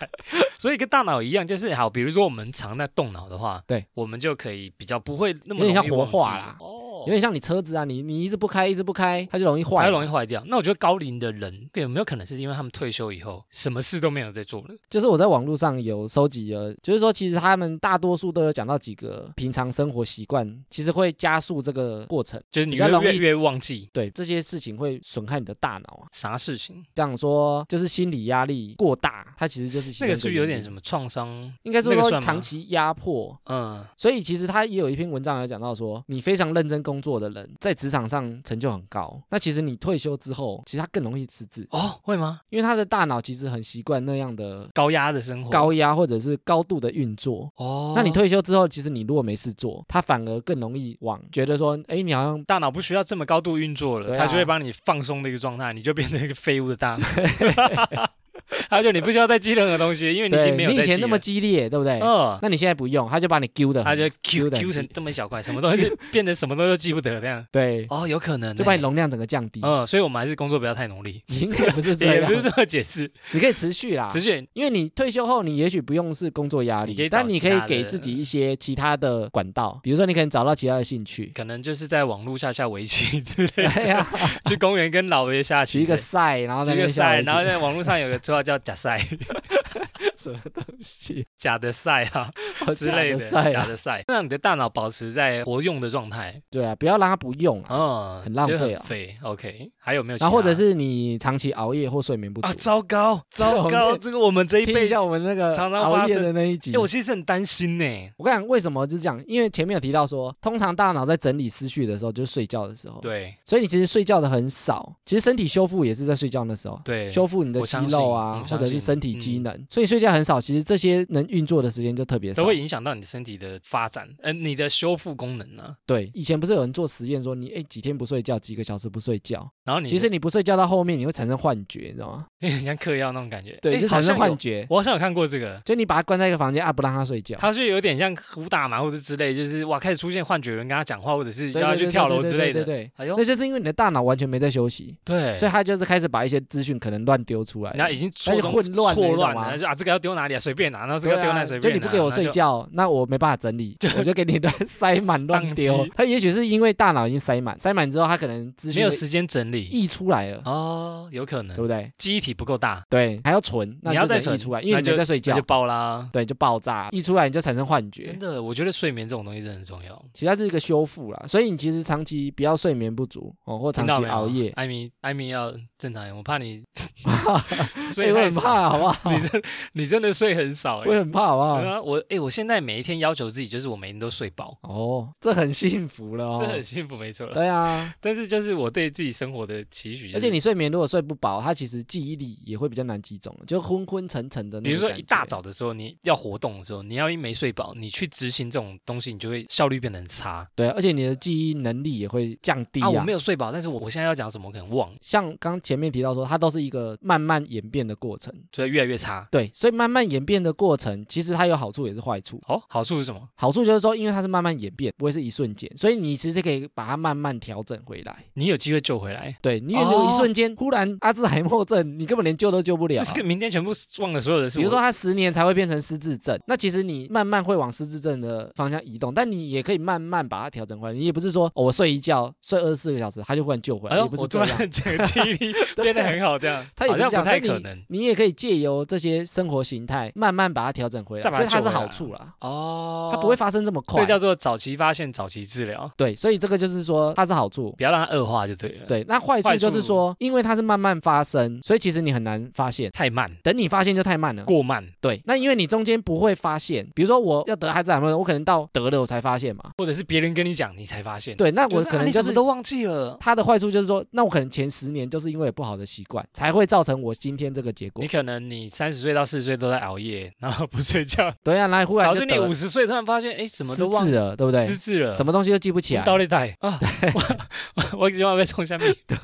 所以跟大脑一样，就是好，比如说我们常在动脑的话，对，我们就可以比较不会那么有点像容易忘记活化啦哦有，点像你车子啊，你你一直不开，一直不开，它就容易它坏会嘛。容易坏掉。那我觉得高龄的人有没有可能是因为他们退休以后什么事都没有在做了？就是我在网络上有收集了，就是说其实他们大多数都有讲到几个平常生活习惯，其实会加速这个过程。就是你比越较容易越越忘记对这些事情会损害你的大脑啊，啥事情，这样说就是心理压力过大，它其实就是其那中个是不一是有原点因什？么创伤？应该说那个说算吗长期压迫，嗯，所以其实他也有一篇文章有讲到说，你非常认真工作的人，在职场上成就很高，那其实你退休之后，其实他更容易失智，哦，会吗？因为他的大脑其实很习惯那样的高压的生活，高压或者是高度的运作。哦，那你退休之后，其实你如果没事做，他反而更容易往觉得说，哎，你好像大脑不需要这么高度运作了，对啊它就会帮你放松的一个状态，你就变成一个废物的大脑。 而且你不需要再记任何东西，因为你已对经没有你以在记前那么了激烈，对不对？ 嗯，那你现在不用，他就把你丢的，它就 Q 丢的 Q 成这么小块，什么东西 变成什么东西都记不得这样。对，哦，有可能欸就把你容量整个降低。嗯，所以我们还是工作不要太努力，你应该不是这 也样不，是这么解释，你可以持续啦，只是因为你退休后，你也许不用是工作压你可力，以找但你其可以他的，给自己一些其他的管道，比如说你可能找到其他的兴趣 可能就是在网络下下围棋之类 的，哎呀，去公园跟老爷下棋之举一类的，个赛，然后在举个那边下赛，围棋然后在网络上有个绰号叫假赛， 什么东西假的赛啊好 之类的，假的赛假啊，的赛，让你的大脑保持在活用的状态，对啊，不要让它不用啊。嗯，很浪就费啊很废。OK，还有没有其他？然后或者是你长期熬夜或睡眠不足啊，，糟糕，糟这种糕，是这个我们这一听一辈，下我们那个常常熬发夜生的那一集哎，。我其实很担心呢。我跟你讲，为什么就是这样？因为前面有提到说，通常大脑在整理思绪的时候，就是睡觉的时候。对所以你其实睡觉的很少，其实身体修复也是在睡觉那时候，对修复你的我肌相信肉啊我，或相者是信身体机能，所以睡觉很少，其实这些能运作的时间就特别少都。会影响到你身体的发展，呃，你的修复功能呢、对，以前不是有人做实验说你哎几天不睡觉，几个小时不睡觉，然后你其实你不睡觉到后面你会产生幻觉，你知道吗？你 很像嗑药那种感觉，对，诶就产生。好幻像有觉，我好像有看过这个，就你把他关在一个房间啊，不让他睡觉。它是有点像胡打麻或者之类，就是哇开始出现幻觉，有人跟他讲话，或者是对要他对去对跳对楼对之对类对的。对，哎呦那，就是因为你的大脑完全没在休息，对所，以他就是开始把一些资讯可能乱丢出来。然后已经错而且综哎混乱了错你懂乱吗了，就啊这个要要丢哪里啊，随便拿，然后这个对啊丢那随就便拿。你不给我然后就睡，觉，那我没办法整理，我就给 你乱塞满乱宕丢机。他也许是因为大脑已经塞满，塞满之后他可能资没讯有会时间整理溢出来了，哦，有可能对不对？记忆体不够大，对，还要存，那你要就只再能存溢出来，因为那你没在睡那觉就，爆啦。对，就爆炸，溢出来你就产生幻真觉。的，我觉得睡眠这种东西真的很重要。其实它是一个修复啦，所以你其实长期不要睡眠不足哦，或长听到期没有？熬夜，艾米，艾米要正常一点，我怕你所 睡欸哎以我太很少，怕，好不好？ 你真的睡很少我哎。很怕，好不好？啊，我哎、我现在每一天要求自己，就是我每天都睡饱，哦，这很幸福了这哦很。幸福，没错啦。对啊，但是就是我对自己生活的期许、而且你，睡眠如果睡不饱，它其实记忆力也会比较难集中，就昏昏沉沉的。比如说一大，早的时候，你要活动的时候，你要一没睡饱，你去执行这种东西，你就会效率变得很差。对，而且你的记忆能力也会降低啊，我没有。有睡饱，但是我我现在要讲什么，我可能忘，像刚前面提到说，它都是一个慢慢演变的过程，所以越来越差。对，所以慢慢演变的过程，其实它有好处也是坏处。哦，好处是什么？好处就是说，因为它是慢慢演变，不会是一瞬间，所以你其实可以把它慢慢调整回来。你有机会救回来，对，因为如果一瞬哦间、忽然阿兹海默症，你根本连救都救不了啊、就是跟明天全部忘了所有的事。比如说我，他十年才会变成失智症，那其实你慢慢会往失智症的方向移动，但你也可以慢慢把它调整回来。你也不是说、哦我睡一觉睡二十四个小时，他就忽然救回来，哎呦，也不是我突这样。然整个记忆 力 变得很好，这样他也好不像是这样不太所以可能。你也可以借由这些生活形态，慢慢把它调整回来，再把所它以它救是回来好啊处啦，哦它不会发生这么快这。叫做早期发现、早期治疗，对，所以这个就是说它是好处。不要让它恶化就对了。，对，那坏处坏就是处说，因为它是慢慢发生，所以其实你很难发现。太慢、等你发现就太慢了。过慢，对，那因为你中间不会发现，比如说我要得阿兹海默症，我可能到得了我才发现嘛。或者是别人跟你讲，你才发现。，对，那就我是、可啊、能你就怎是么都忘记了。它的坏处就是说，那我可能前十年就是因为有不好的习惯，才会造成我今天这个结果你。可能你三十岁到四十岁都在熬夜，然后不睡 觉，对啊，来忽然导就致你得五十岁突然发现，哎，怎么失都忘智了，了，对不对失？智了，什么东西都记不起来。倒立带 啊，我我今晚被冲下面，对，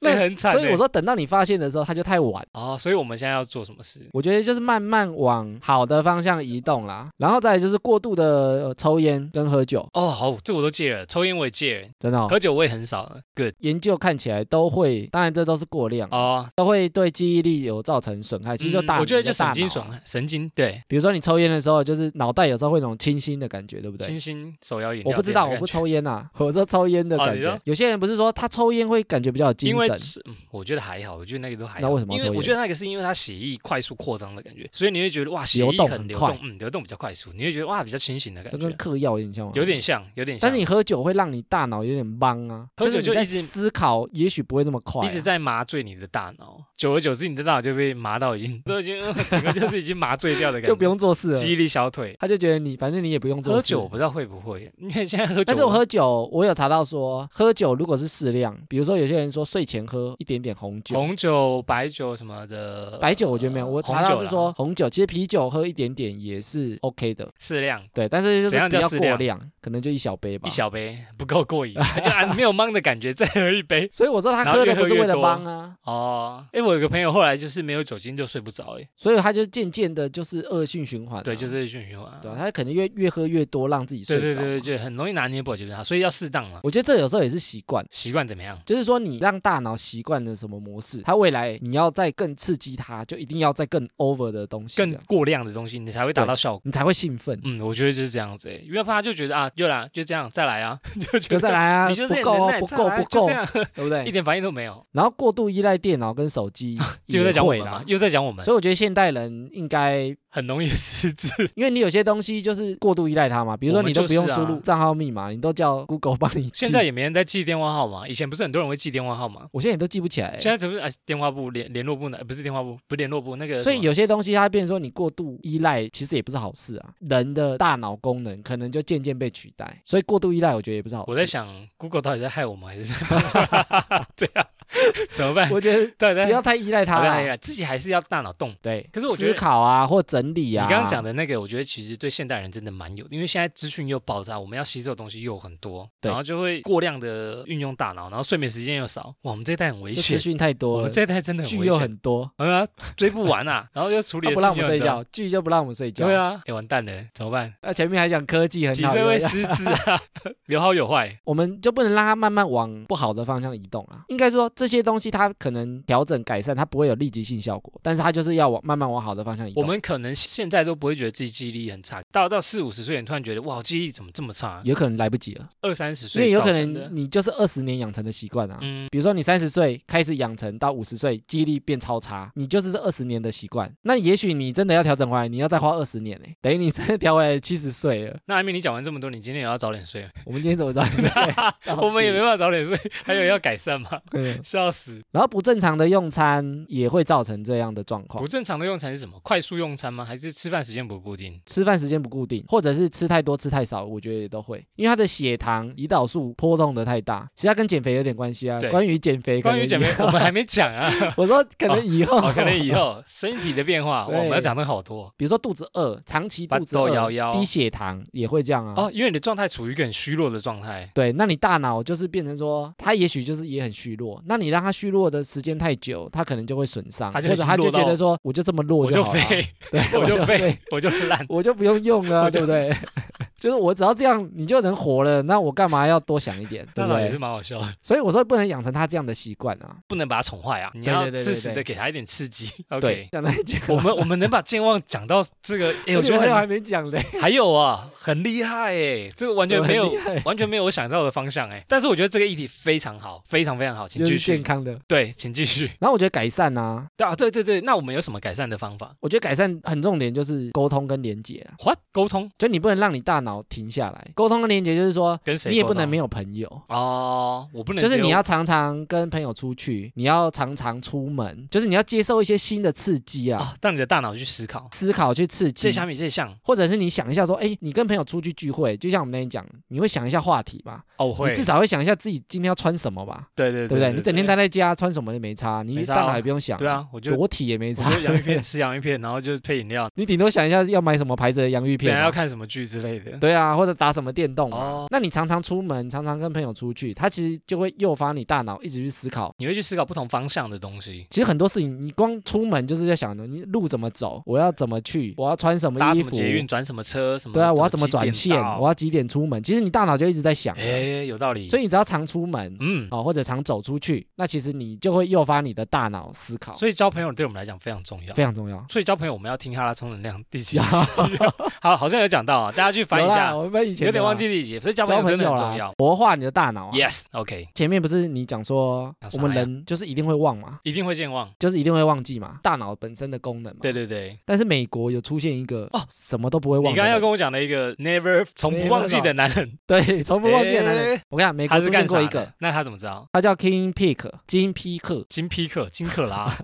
那很惨欸。所以我说，等到你发现的时候，它就太晚。哦，所以我们现在要做什么事？我觉得就是慢慢往好的方向移动啦，然后再来就是过度的、呃抽烟跟喝酒，哦，好，这我都戒了，抽烟我也戒了，真的、哦。喝酒我也很少了。Good 研究看起来都会，当然这都是过量，啊哦，都会对记忆力有造成损害。其实就嗯大、我觉得你的就大神经脑啊损害，神经对，比如说你抽烟的时候，就是脑袋有时候会有那种清新的感觉，对不对？清新手摇饮料我不知这样道，的我不感觉，抽烟呐、 我说抽烟的哦感你觉。说有些人不是说他抽烟会感觉比较有精因为神，是嗯我觉得还好，我觉得那个都还好。那为什么要因为抽我烟觉得那个是因为它血液快速扩张的感觉，所以你会觉得哇，血流液动很很流快动，嗯，流动比较快速，你会觉得哇，比较清醒的就感跟觉，嗑药有点像嘛。有点像，有点像。但是你喝酒会让你大脑有点懵啊，喝酒是你在就一直思考，也许不会那么快啊、一直在麻醉你的大脑，久而久之，你的大脑就被麻到已经 都已经呃整个就是已经麻醉掉的感觉， 就不用做事了。记忆力消退。他就觉得你反正你也不用做喝事酒我不知道会不会，因为现在喝酒，但是我喝酒，我有查到说，喝酒如果是适量，比如说有些人说睡前喝一点点红酒，红酒、白酒什么的，白酒我觉得没有，呃我查红到酒是啦说红酒，其实啤酒喝一点点也是 OK 的，适量对，但是就怎是样不叫要适过量量，可能就一小杯吧。一，小杯不够过瘾， 就啊没有懵的感觉，再喝一杯。所以我说他然后喝越的不喝是越为了多帮啊，哦，哎，我有个朋友后来就是没有酒精就睡不着，哎，所以他就渐渐的就是恶性循环啊、对，就是一循循环啊。对啊，他可能越越喝越多，让自己睡对着。对对对，就很容易拿捏不好就是他，所以要适当嘛。我觉得这有时候也是习惯。习惯怎么样？就是说，你让大脑习惯了什么模式，它未来你要再更刺激它，就一定要再更 over 的东西，更这样过量的东西，你才会达对到效果。你才会兴奋，嗯，我觉得就是这样子、欸，因为怕就觉得啊，又来就这样，再来啊， 就觉就得再来 啊，你就是不很够能啊，耐，不再够来不就够哎这，样对不 一对？点反应都没有，然后过度依赖电脑跟手机， 就在讲我们嘛啦，。又在讲我们，所以我觉得现代人应该很容易失 智。因为你有些东西就是过度依赖它嘛，比如说我们你都就不用是啊输入账号密码，你都叫 Google 帮你记。现在也没人在记电话号码，以前不是很多人会记电话号码，我现在也都记不起来欸、现在怎么啊电话簿联联络部呢？呃不是电话簿，不是联络部那个什么，所以有些东西它变成说你过度依赖，其实也不是好事啊。人的大脑功能可能就渐渐被取代，所以过度依赖我觉得也不是好事。我在，想 Google 到底在害我们还是 在 对啊，怎么办？我觉得 到底在不要太依赖它好啦好啦。啦自己还是要大脑动。对，可是我觉思得考啊或整理啊，你刚刚讲的那个，我觉得其实对现代人真的蛮有，因为现在资讯又爆炸，我们要吸收的东西又很多，对然后就会过量的运用大脑，然后睡眠时间又少。哇，我们这一代很危就资险，讯太多我了们，这一代真的很剧危又险，很多，嗯啊，追不完啊，然后又处理他的不让我事们情睡又很觉，剧就不让我们睡觉。多，对，啊，哎完蛋了，怎么办？那前面还讲科技很几好岁用会，失 智啊？有好有坏，我们就不能让它慢慢往不好的方向移动啊。应该说这些东西它可能调整改善，它不会有立即性效果，但是它就是要往慢慢往好的方向移动。我们可能现在都不会觉得自己记忆力很差，到到四五十岁，你突然觉得哇，记忆怎么这么差？有可能来不及了，二三十因为岁有可造成的能，你就是二十年养成的习惯啊。嗯，比如说你三十岁开始养成到五十岁记忆力变超差，你就是这二十年的习惯。那也许你真的要调整回来，你要再花二十年呢、欸等于你真的调回来七十岁了。那阿明，你讲完这么多，你今天也要早点睡了，我们今天怎么知道你是 我们也没办法早点睡， 还有要改善 吗？嗯笑死！然后不正常的用餐也会造成这样的状况不。正常的用餐是什么？快速用餐吗？还是吃饭时间不固定？吃饭时间不固定，或者是吃太多吃太少，我觉得也都会，因为他的血糖、胰岛素波动的太大，其实它跟减肥有点关系啊对。关于减肥，关于 减肥，我们还没讲啊，我说可能以后，哦，可能以后身体的变化，哇对我们要讲的好多 比如说肚子饿，长期肚子把饿，豆摇摇低血糖也会这样啊。哦，因为你的状态处于一个很虚弱的状态，对，那你大脑就是变成说，它也许就是也很虚弱。那你让它虚弱的时间太久，它可能就会损伤，它或就会者它虚弱就觉到得说，我就这么弱我就好了， 废，对， 我就废废，，我就烂。 我就不用用我了，就对不对？ 就是我只要这样，你就能活了。那我干嘛要多想一点，对大不脑也是对？蛮好笑的，所以我说不能养成他这样的习惯啊。不能把它宠坏啊！你对要对对适对时的对给他一点刺激。对 OK，，讲到一句， 我们我们能把健忘讲到这 个，哎，我我觉得还有很还没讲嘞，还有啊，很厉害哎，这个完全没有什么很 厉害完全没有我想到的方向哎。但是我觉得这个议题非常好，非常非常好，请就继是健续。康的。对，请继续。 然后我觉得改善啊，对啊，对对对，那我们有什么改善的方法我觉得改善很重点就是沟通跟连接啊， ？What？沟通就你不能让你大脑停下来。沟通跟连接就是说，跟谁？你也不能没有有朋友。哦，我不能就是只有你要常常跟朋友出去，你要常常出门，就是你要接受一些新的刺激啊，啊，让你的大脑去思考思考去刺激这。项比这项或者是你想一下说，哎，你跟朋友出去聚会，就像我们那天讲，你会想一下话题吧，哦，我你会至少会想一下自己今天要穿什么吧，对对对不对对？你整天待在家穿什么也没差，没你差大啊脑也不用想，对，啊，我就。裸体也没我差就，洋芋片吃洋芋片，然后就配饮料， 你顶多想一下要买什么牌子的洋芋等片下嘛，要看什么剧之类的。对啊，或者打什么电动嘛。啊哦那你常常出门，常常跟朋友出去，它其实就会诱发你大脑一直去思考。你会去思考不同方向的东西，其实很多事情，你光出门就是在想的，你路怎么走，我要怎么去，我要穿什么搭衣什么服，捷运、转什么车什么。对啊，我要怎么几转点线，到我要几点出门。其实你大脑就一直在想，哎，有道理。所以，以你只要常出门，嗯，哦，或者常走出去，那其实你就会诱发你的大脑思考，所以交朋友对我们来讲非常重要。非常重要。所以交朋友我们要听哈拉充能量第 七期，好，好像有讲到啊，大家去翻一有啦下，我们以前有点的啊忘记第几集。所以交朋友交朋真的友很啦重要。活化你的大脑啊。 Yes，OK，前面不是你讲说讲，啥我们呀人就是一定会忘嘛，一定会健忘。就是一定会忘记嘛，大脑本身的功能嘛。对。对对，但是美国有出现一个哦什么都不会你忘的人，刚刚要跟我讲的一个 never 从不忘记的男人，对从不忘记的男人。我跟你讲，美他国是出干现啥过的一个，，那他怎么知道？他叫 King Pick 金匹克，金皮克，金克 拉，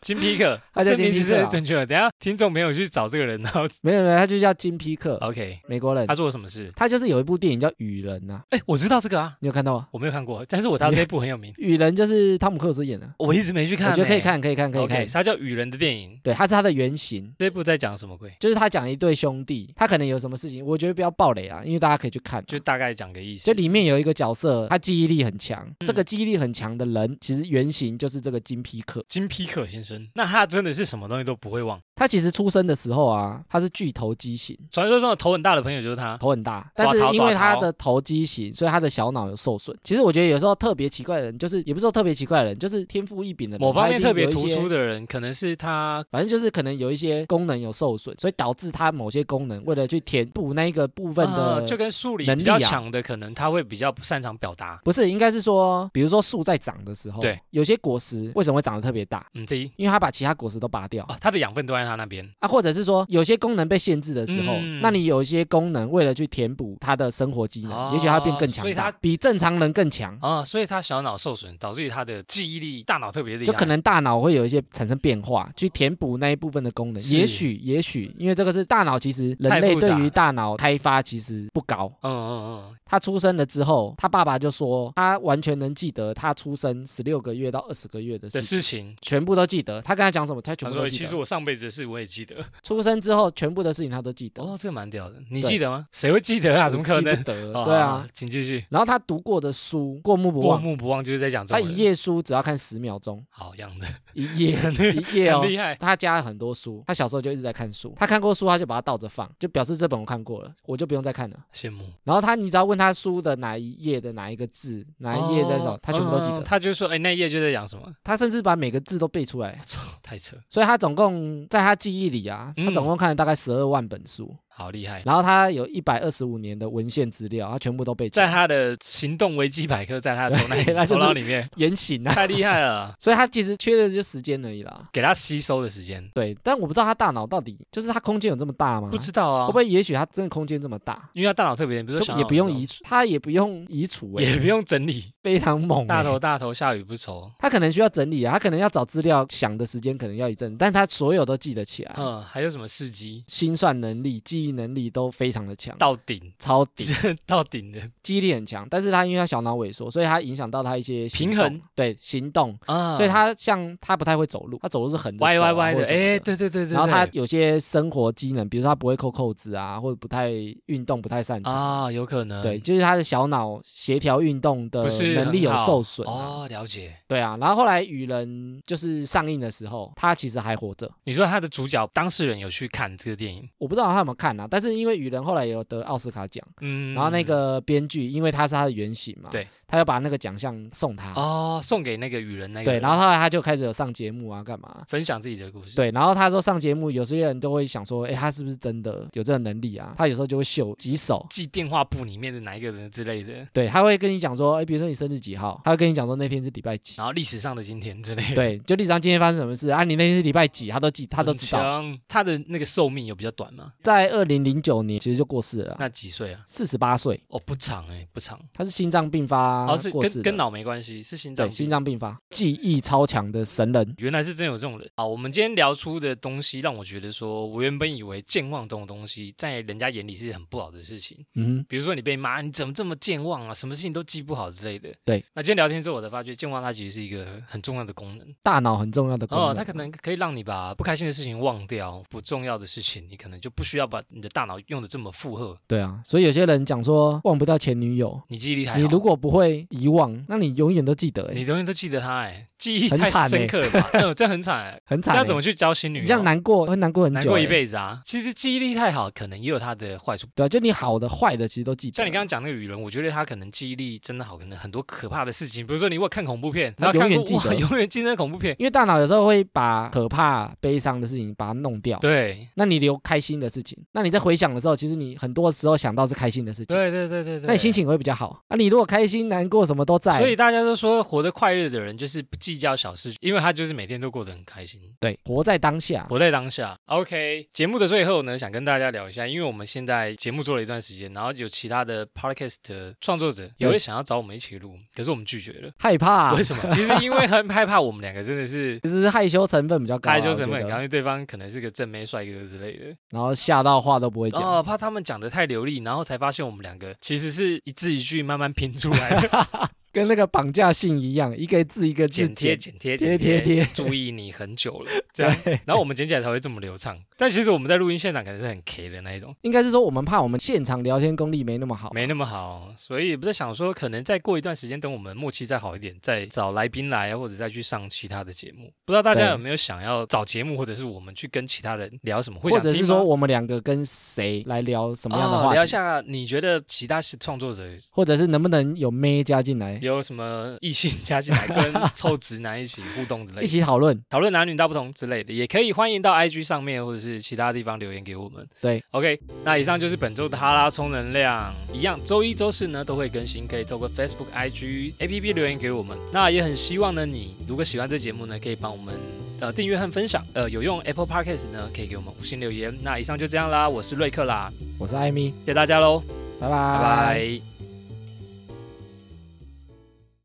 金皮克，他叫这金名皮字克是啊。正确的。等一下听众朋友去找这个人，然后没有没有，他就叫金匹克， OK，美国人哦他。做了什么事？他就是有一部电影叫《雨人》呐，哎，我知道这个啊，你有看到吗？我没有看过，但是我知道这一部很有名，《雨人》就是汤姆克鲁斯演的，我一直没去看、欸 我觉得可以。看，欸可以看，可以 OK，看。它叫《雨人》的电影，对，他是他的原型，这一部在讲什么鬼？就是他讲一对兄弟，他可能有什么事情，我觉得不要暴雷啊，因为大家可以去看。就就大概讲个意思。就里面有一个角色，他记忆力很强。嗯这个记忆力很强的人，其实原型就是这个金皮克。金皮克先生，那他真的是什么东西都不会忘。他其实出生的时候啊，他是巨头畸形，传说中的头很大的朋友就是他。头很大，大但是头因为大头他的头畸形，所以他的小脑有受损。其实我觉得有时候特别奇怪的人，就是也不是说特别奇怪的人，就是天赋异禀的人，某方面他特一别定有一突些出的人，可能是他反正就是可能有一些功能有受损，所以导致它某些功能为了去填补那一个部分的，啊就跟数理能比力较啊强的，可能他会比较不擅长表达。不是应该是说，比如说树在长的时候，对，有些果实为什么会长得特别大？嗯，第一因为它把其他果实都拔掉啊，他的养分都在他那边。啊，或者是说有些功能被限制的时候，嗯那你有一些功能为了去填补它的生活机能，哦也许它变更强大，所以它比正常人更强，啊、所以他小脑受损，导致于他的记忆力、大脑特别厉害。就可能大脑会有一些产生变化，去填补那一部分的功能。是也许，也许，因为这个是大脑，其实人太类复杂对于大脑开发其实不高，嗯，嗯嗯他出生了之后，他爸爸就说他完全能记得他出生十六个月到二十个月的嗯的事事情，情。全部都记得。他跟他讲什么，他他全部说：“都记其实得。我上辈子的事我也记得。出生之后全部的事情他都记得，哦，这个蛮屌的，你对记得吗？谁会记得啊？怎么可能记？不 得？哦对好啊好。请继续。然后他读过的书过目不过忘，目不忘就是在讲这他种一人，页书只要看十秒钟，好样的，一页很 一页哦很。厉害。 他家很多书，他小时候就一直在看书，他看过书他就把它倒着放，就表示这本我看过了，我就不用再看了。羡慕然后他你只要问他书的哪一页的哪一个字，哪一页在什么，哦他全部都记嗯得。他就说，哎，那一页就在讲什么？他甚至把每个字都背出来，操，太扯，所以他总共在他记忆里啊，嗯他总共看了大概十二万本书，好厉害。然后他有一百二十五年的文献资料，他全部都背起在来，他的行动维基百科，在他的头对脑他就头是脑里面，严刑啊。 太厉害了，所以他其实缺的就时间而已啦。给他吸收的时间。对，但我不知道他大脑到底就是他空间有这么大吗？不知道啊，会不会也许他真的空间这么大，因为他大脑特别，比如说就小也脑不用的时移除，他也不用移除、候，欸，也不用整 理，非常猛欸、大头大头下雨不 愁。他可能需要整理啊，他可能要找资料，想的时间可能要一阵，但他所有都记得起来，嗯，还有什么事迹？心算能力、记忆能力都非常的强，到顶，超顶，到顶的记忆力很强。但是他因为他小脑萎缩，所以他影响到他一些行平动衡，对行动，啊所以他像他不太会走路，他走路是横着走啊歪歪歪或的，者什么的哎，对对对对，然后他对有些生活机能，比如说他不会扣扣子啊，或者不太运动，不太擅长。啊，有可能对，就是他的小脑协调运动的不是能力有很好受损、啊、哦，了解。对啊，然后后来《雨人》就是上映的时候，他其实还活着。你说他的主角当事人有去看这个电影，我不知道他有没有看啊，但是因为《雨人》后来也有得奥斯卡奖，嗯然后那个编剧因为他是他的原型嘛，对，他就把那个奖项送他。哦，送给那个雨人那个对，人然后后来他就开始有上节目啊，干嘛？分享自己的故事，对，然后他说上节目，有些人都会想说，哎，他是不是真的有这个能力啊？他有时候就会秀几手，记电话簿里面的哪一个人之类的，对，他会跟你讲说，哎，比如说你生日几号，他会跟你讲说那天是礼拜几，然后历史上的今天之类的。对，就例如说今天发生什么事啊，你那天是礼拜几，他都记，他都很知道。强。他的那个寿命有比较短吗？在二零零九年其实就过世了，那几岁啊？四十八岁，哦，不长哎、不长。他是心脏病发哦，是过世跟的跟脑没关系，是心脏对病。心脏病发，记忆超强的神人，原来是真有这种人啊！我们今天聊出的东西，让我觉得说，我原本以为健忘这种东西，在人家眼里是很不好的事情。嗯，比如说你被骂，你怎么这么健忘啊？什么事情都记不好之类的。对。那今天聊天之后，我才发觉健忘它其实是一个很重要的功能。大脑很重要的功能。哦，它可能可以让你把不开心的事情忘掉，不重要的事情你可能就不需要把你的大脑用的这么负荷。对啊，所以有些人讲说忘不掉前女友，你记忆力太好，你如果不会遗忘，那你永远都记得、欸，你永远都记得它，哎，记忆很太惨深欸刻了吧？ 嗯，这很惨欸，很这 惨、欸。样怎么去交新女你友？这样难过，会难过很久、难过一欸。辈子啊！其实记忆力太好，可能也有它的坏处。对啊，就你好的坏的其实都记得。像你刚刚讲那个雨人，我觉得他可能记忆力真的好，可能很多可怕的事情，比如说你如果看恐怖片，他然后看永远过记哇， 得永远记得那恐怖片。因为大脑有时候会把可怕、悲伤的事情把它弄掉。对，那你留开心的事情，那你在回想的时候，其实你很多时候想到是开心的事情，对对对对对。那你心。情会比较好。啊那你如果开心、难过什么都在，所以大家都说活得快乐的人就是不计较小事，因为他就是每天都过得很开心，对，活在当下。活在当下。OK，节目的最后呢，想跟大家聊一下，因为我们现在节目做了一段时间，然后有其他的 podcast 的创作者也会想要找我们一起录，可是我们拒绝了。害怕、为什么？其实因为很害怕我们两个真的是其实是害羞成分比较高啊、害羞成本很我高，因觉得为对方可能是个正妹帅哥之类的，然后吓到话都不会讲。哦，怕他们讲的太流利，然后才发现我们两个其实是一字一句慢慢拼出 来的，跟那个绑架信一样，一个字一个字剪贴剪贴贴贴贴注意你很久 了，这样，然后我们剪起来才会这么流畅。但其实我们在录音现场可能是很 K 的那一种，应该是说我们怕我们现场聊天功力没那么好，没那么好，所以不是想说可能再过一段时间，等我们默契再好一点，再找来宾来，啊或者再去上其他的节目。不知道大家对有没有想要找节目，或者是我们去跟其他人聊什么，会或想者听是吗说我们两个跟谁来聊什么样的哦、聊话一题，下，你觉得其他是创作者或者是能不能有妹加进来有什么异性加进来跟臭直男一起互动之类一的，起讨论？讨论男女大不同之类的，也可以欢迎到 IG 上面或者是其他地方留言给我们。对，OK，那以上就是本周的哈拉充能量，一样周一周四呢都会更新，可以透过 Facebook、IG、APP 留言给我们。那也很希望呢，你如果喜欢这节目呢，可以帮我们。呃，订阅和分享，呃，有用 Apple Podcast 呢，可以给我们五星留言。那以上就这样啦，我是瑞克啦，我是艾米，谢谢大家喽，拜拜拜拜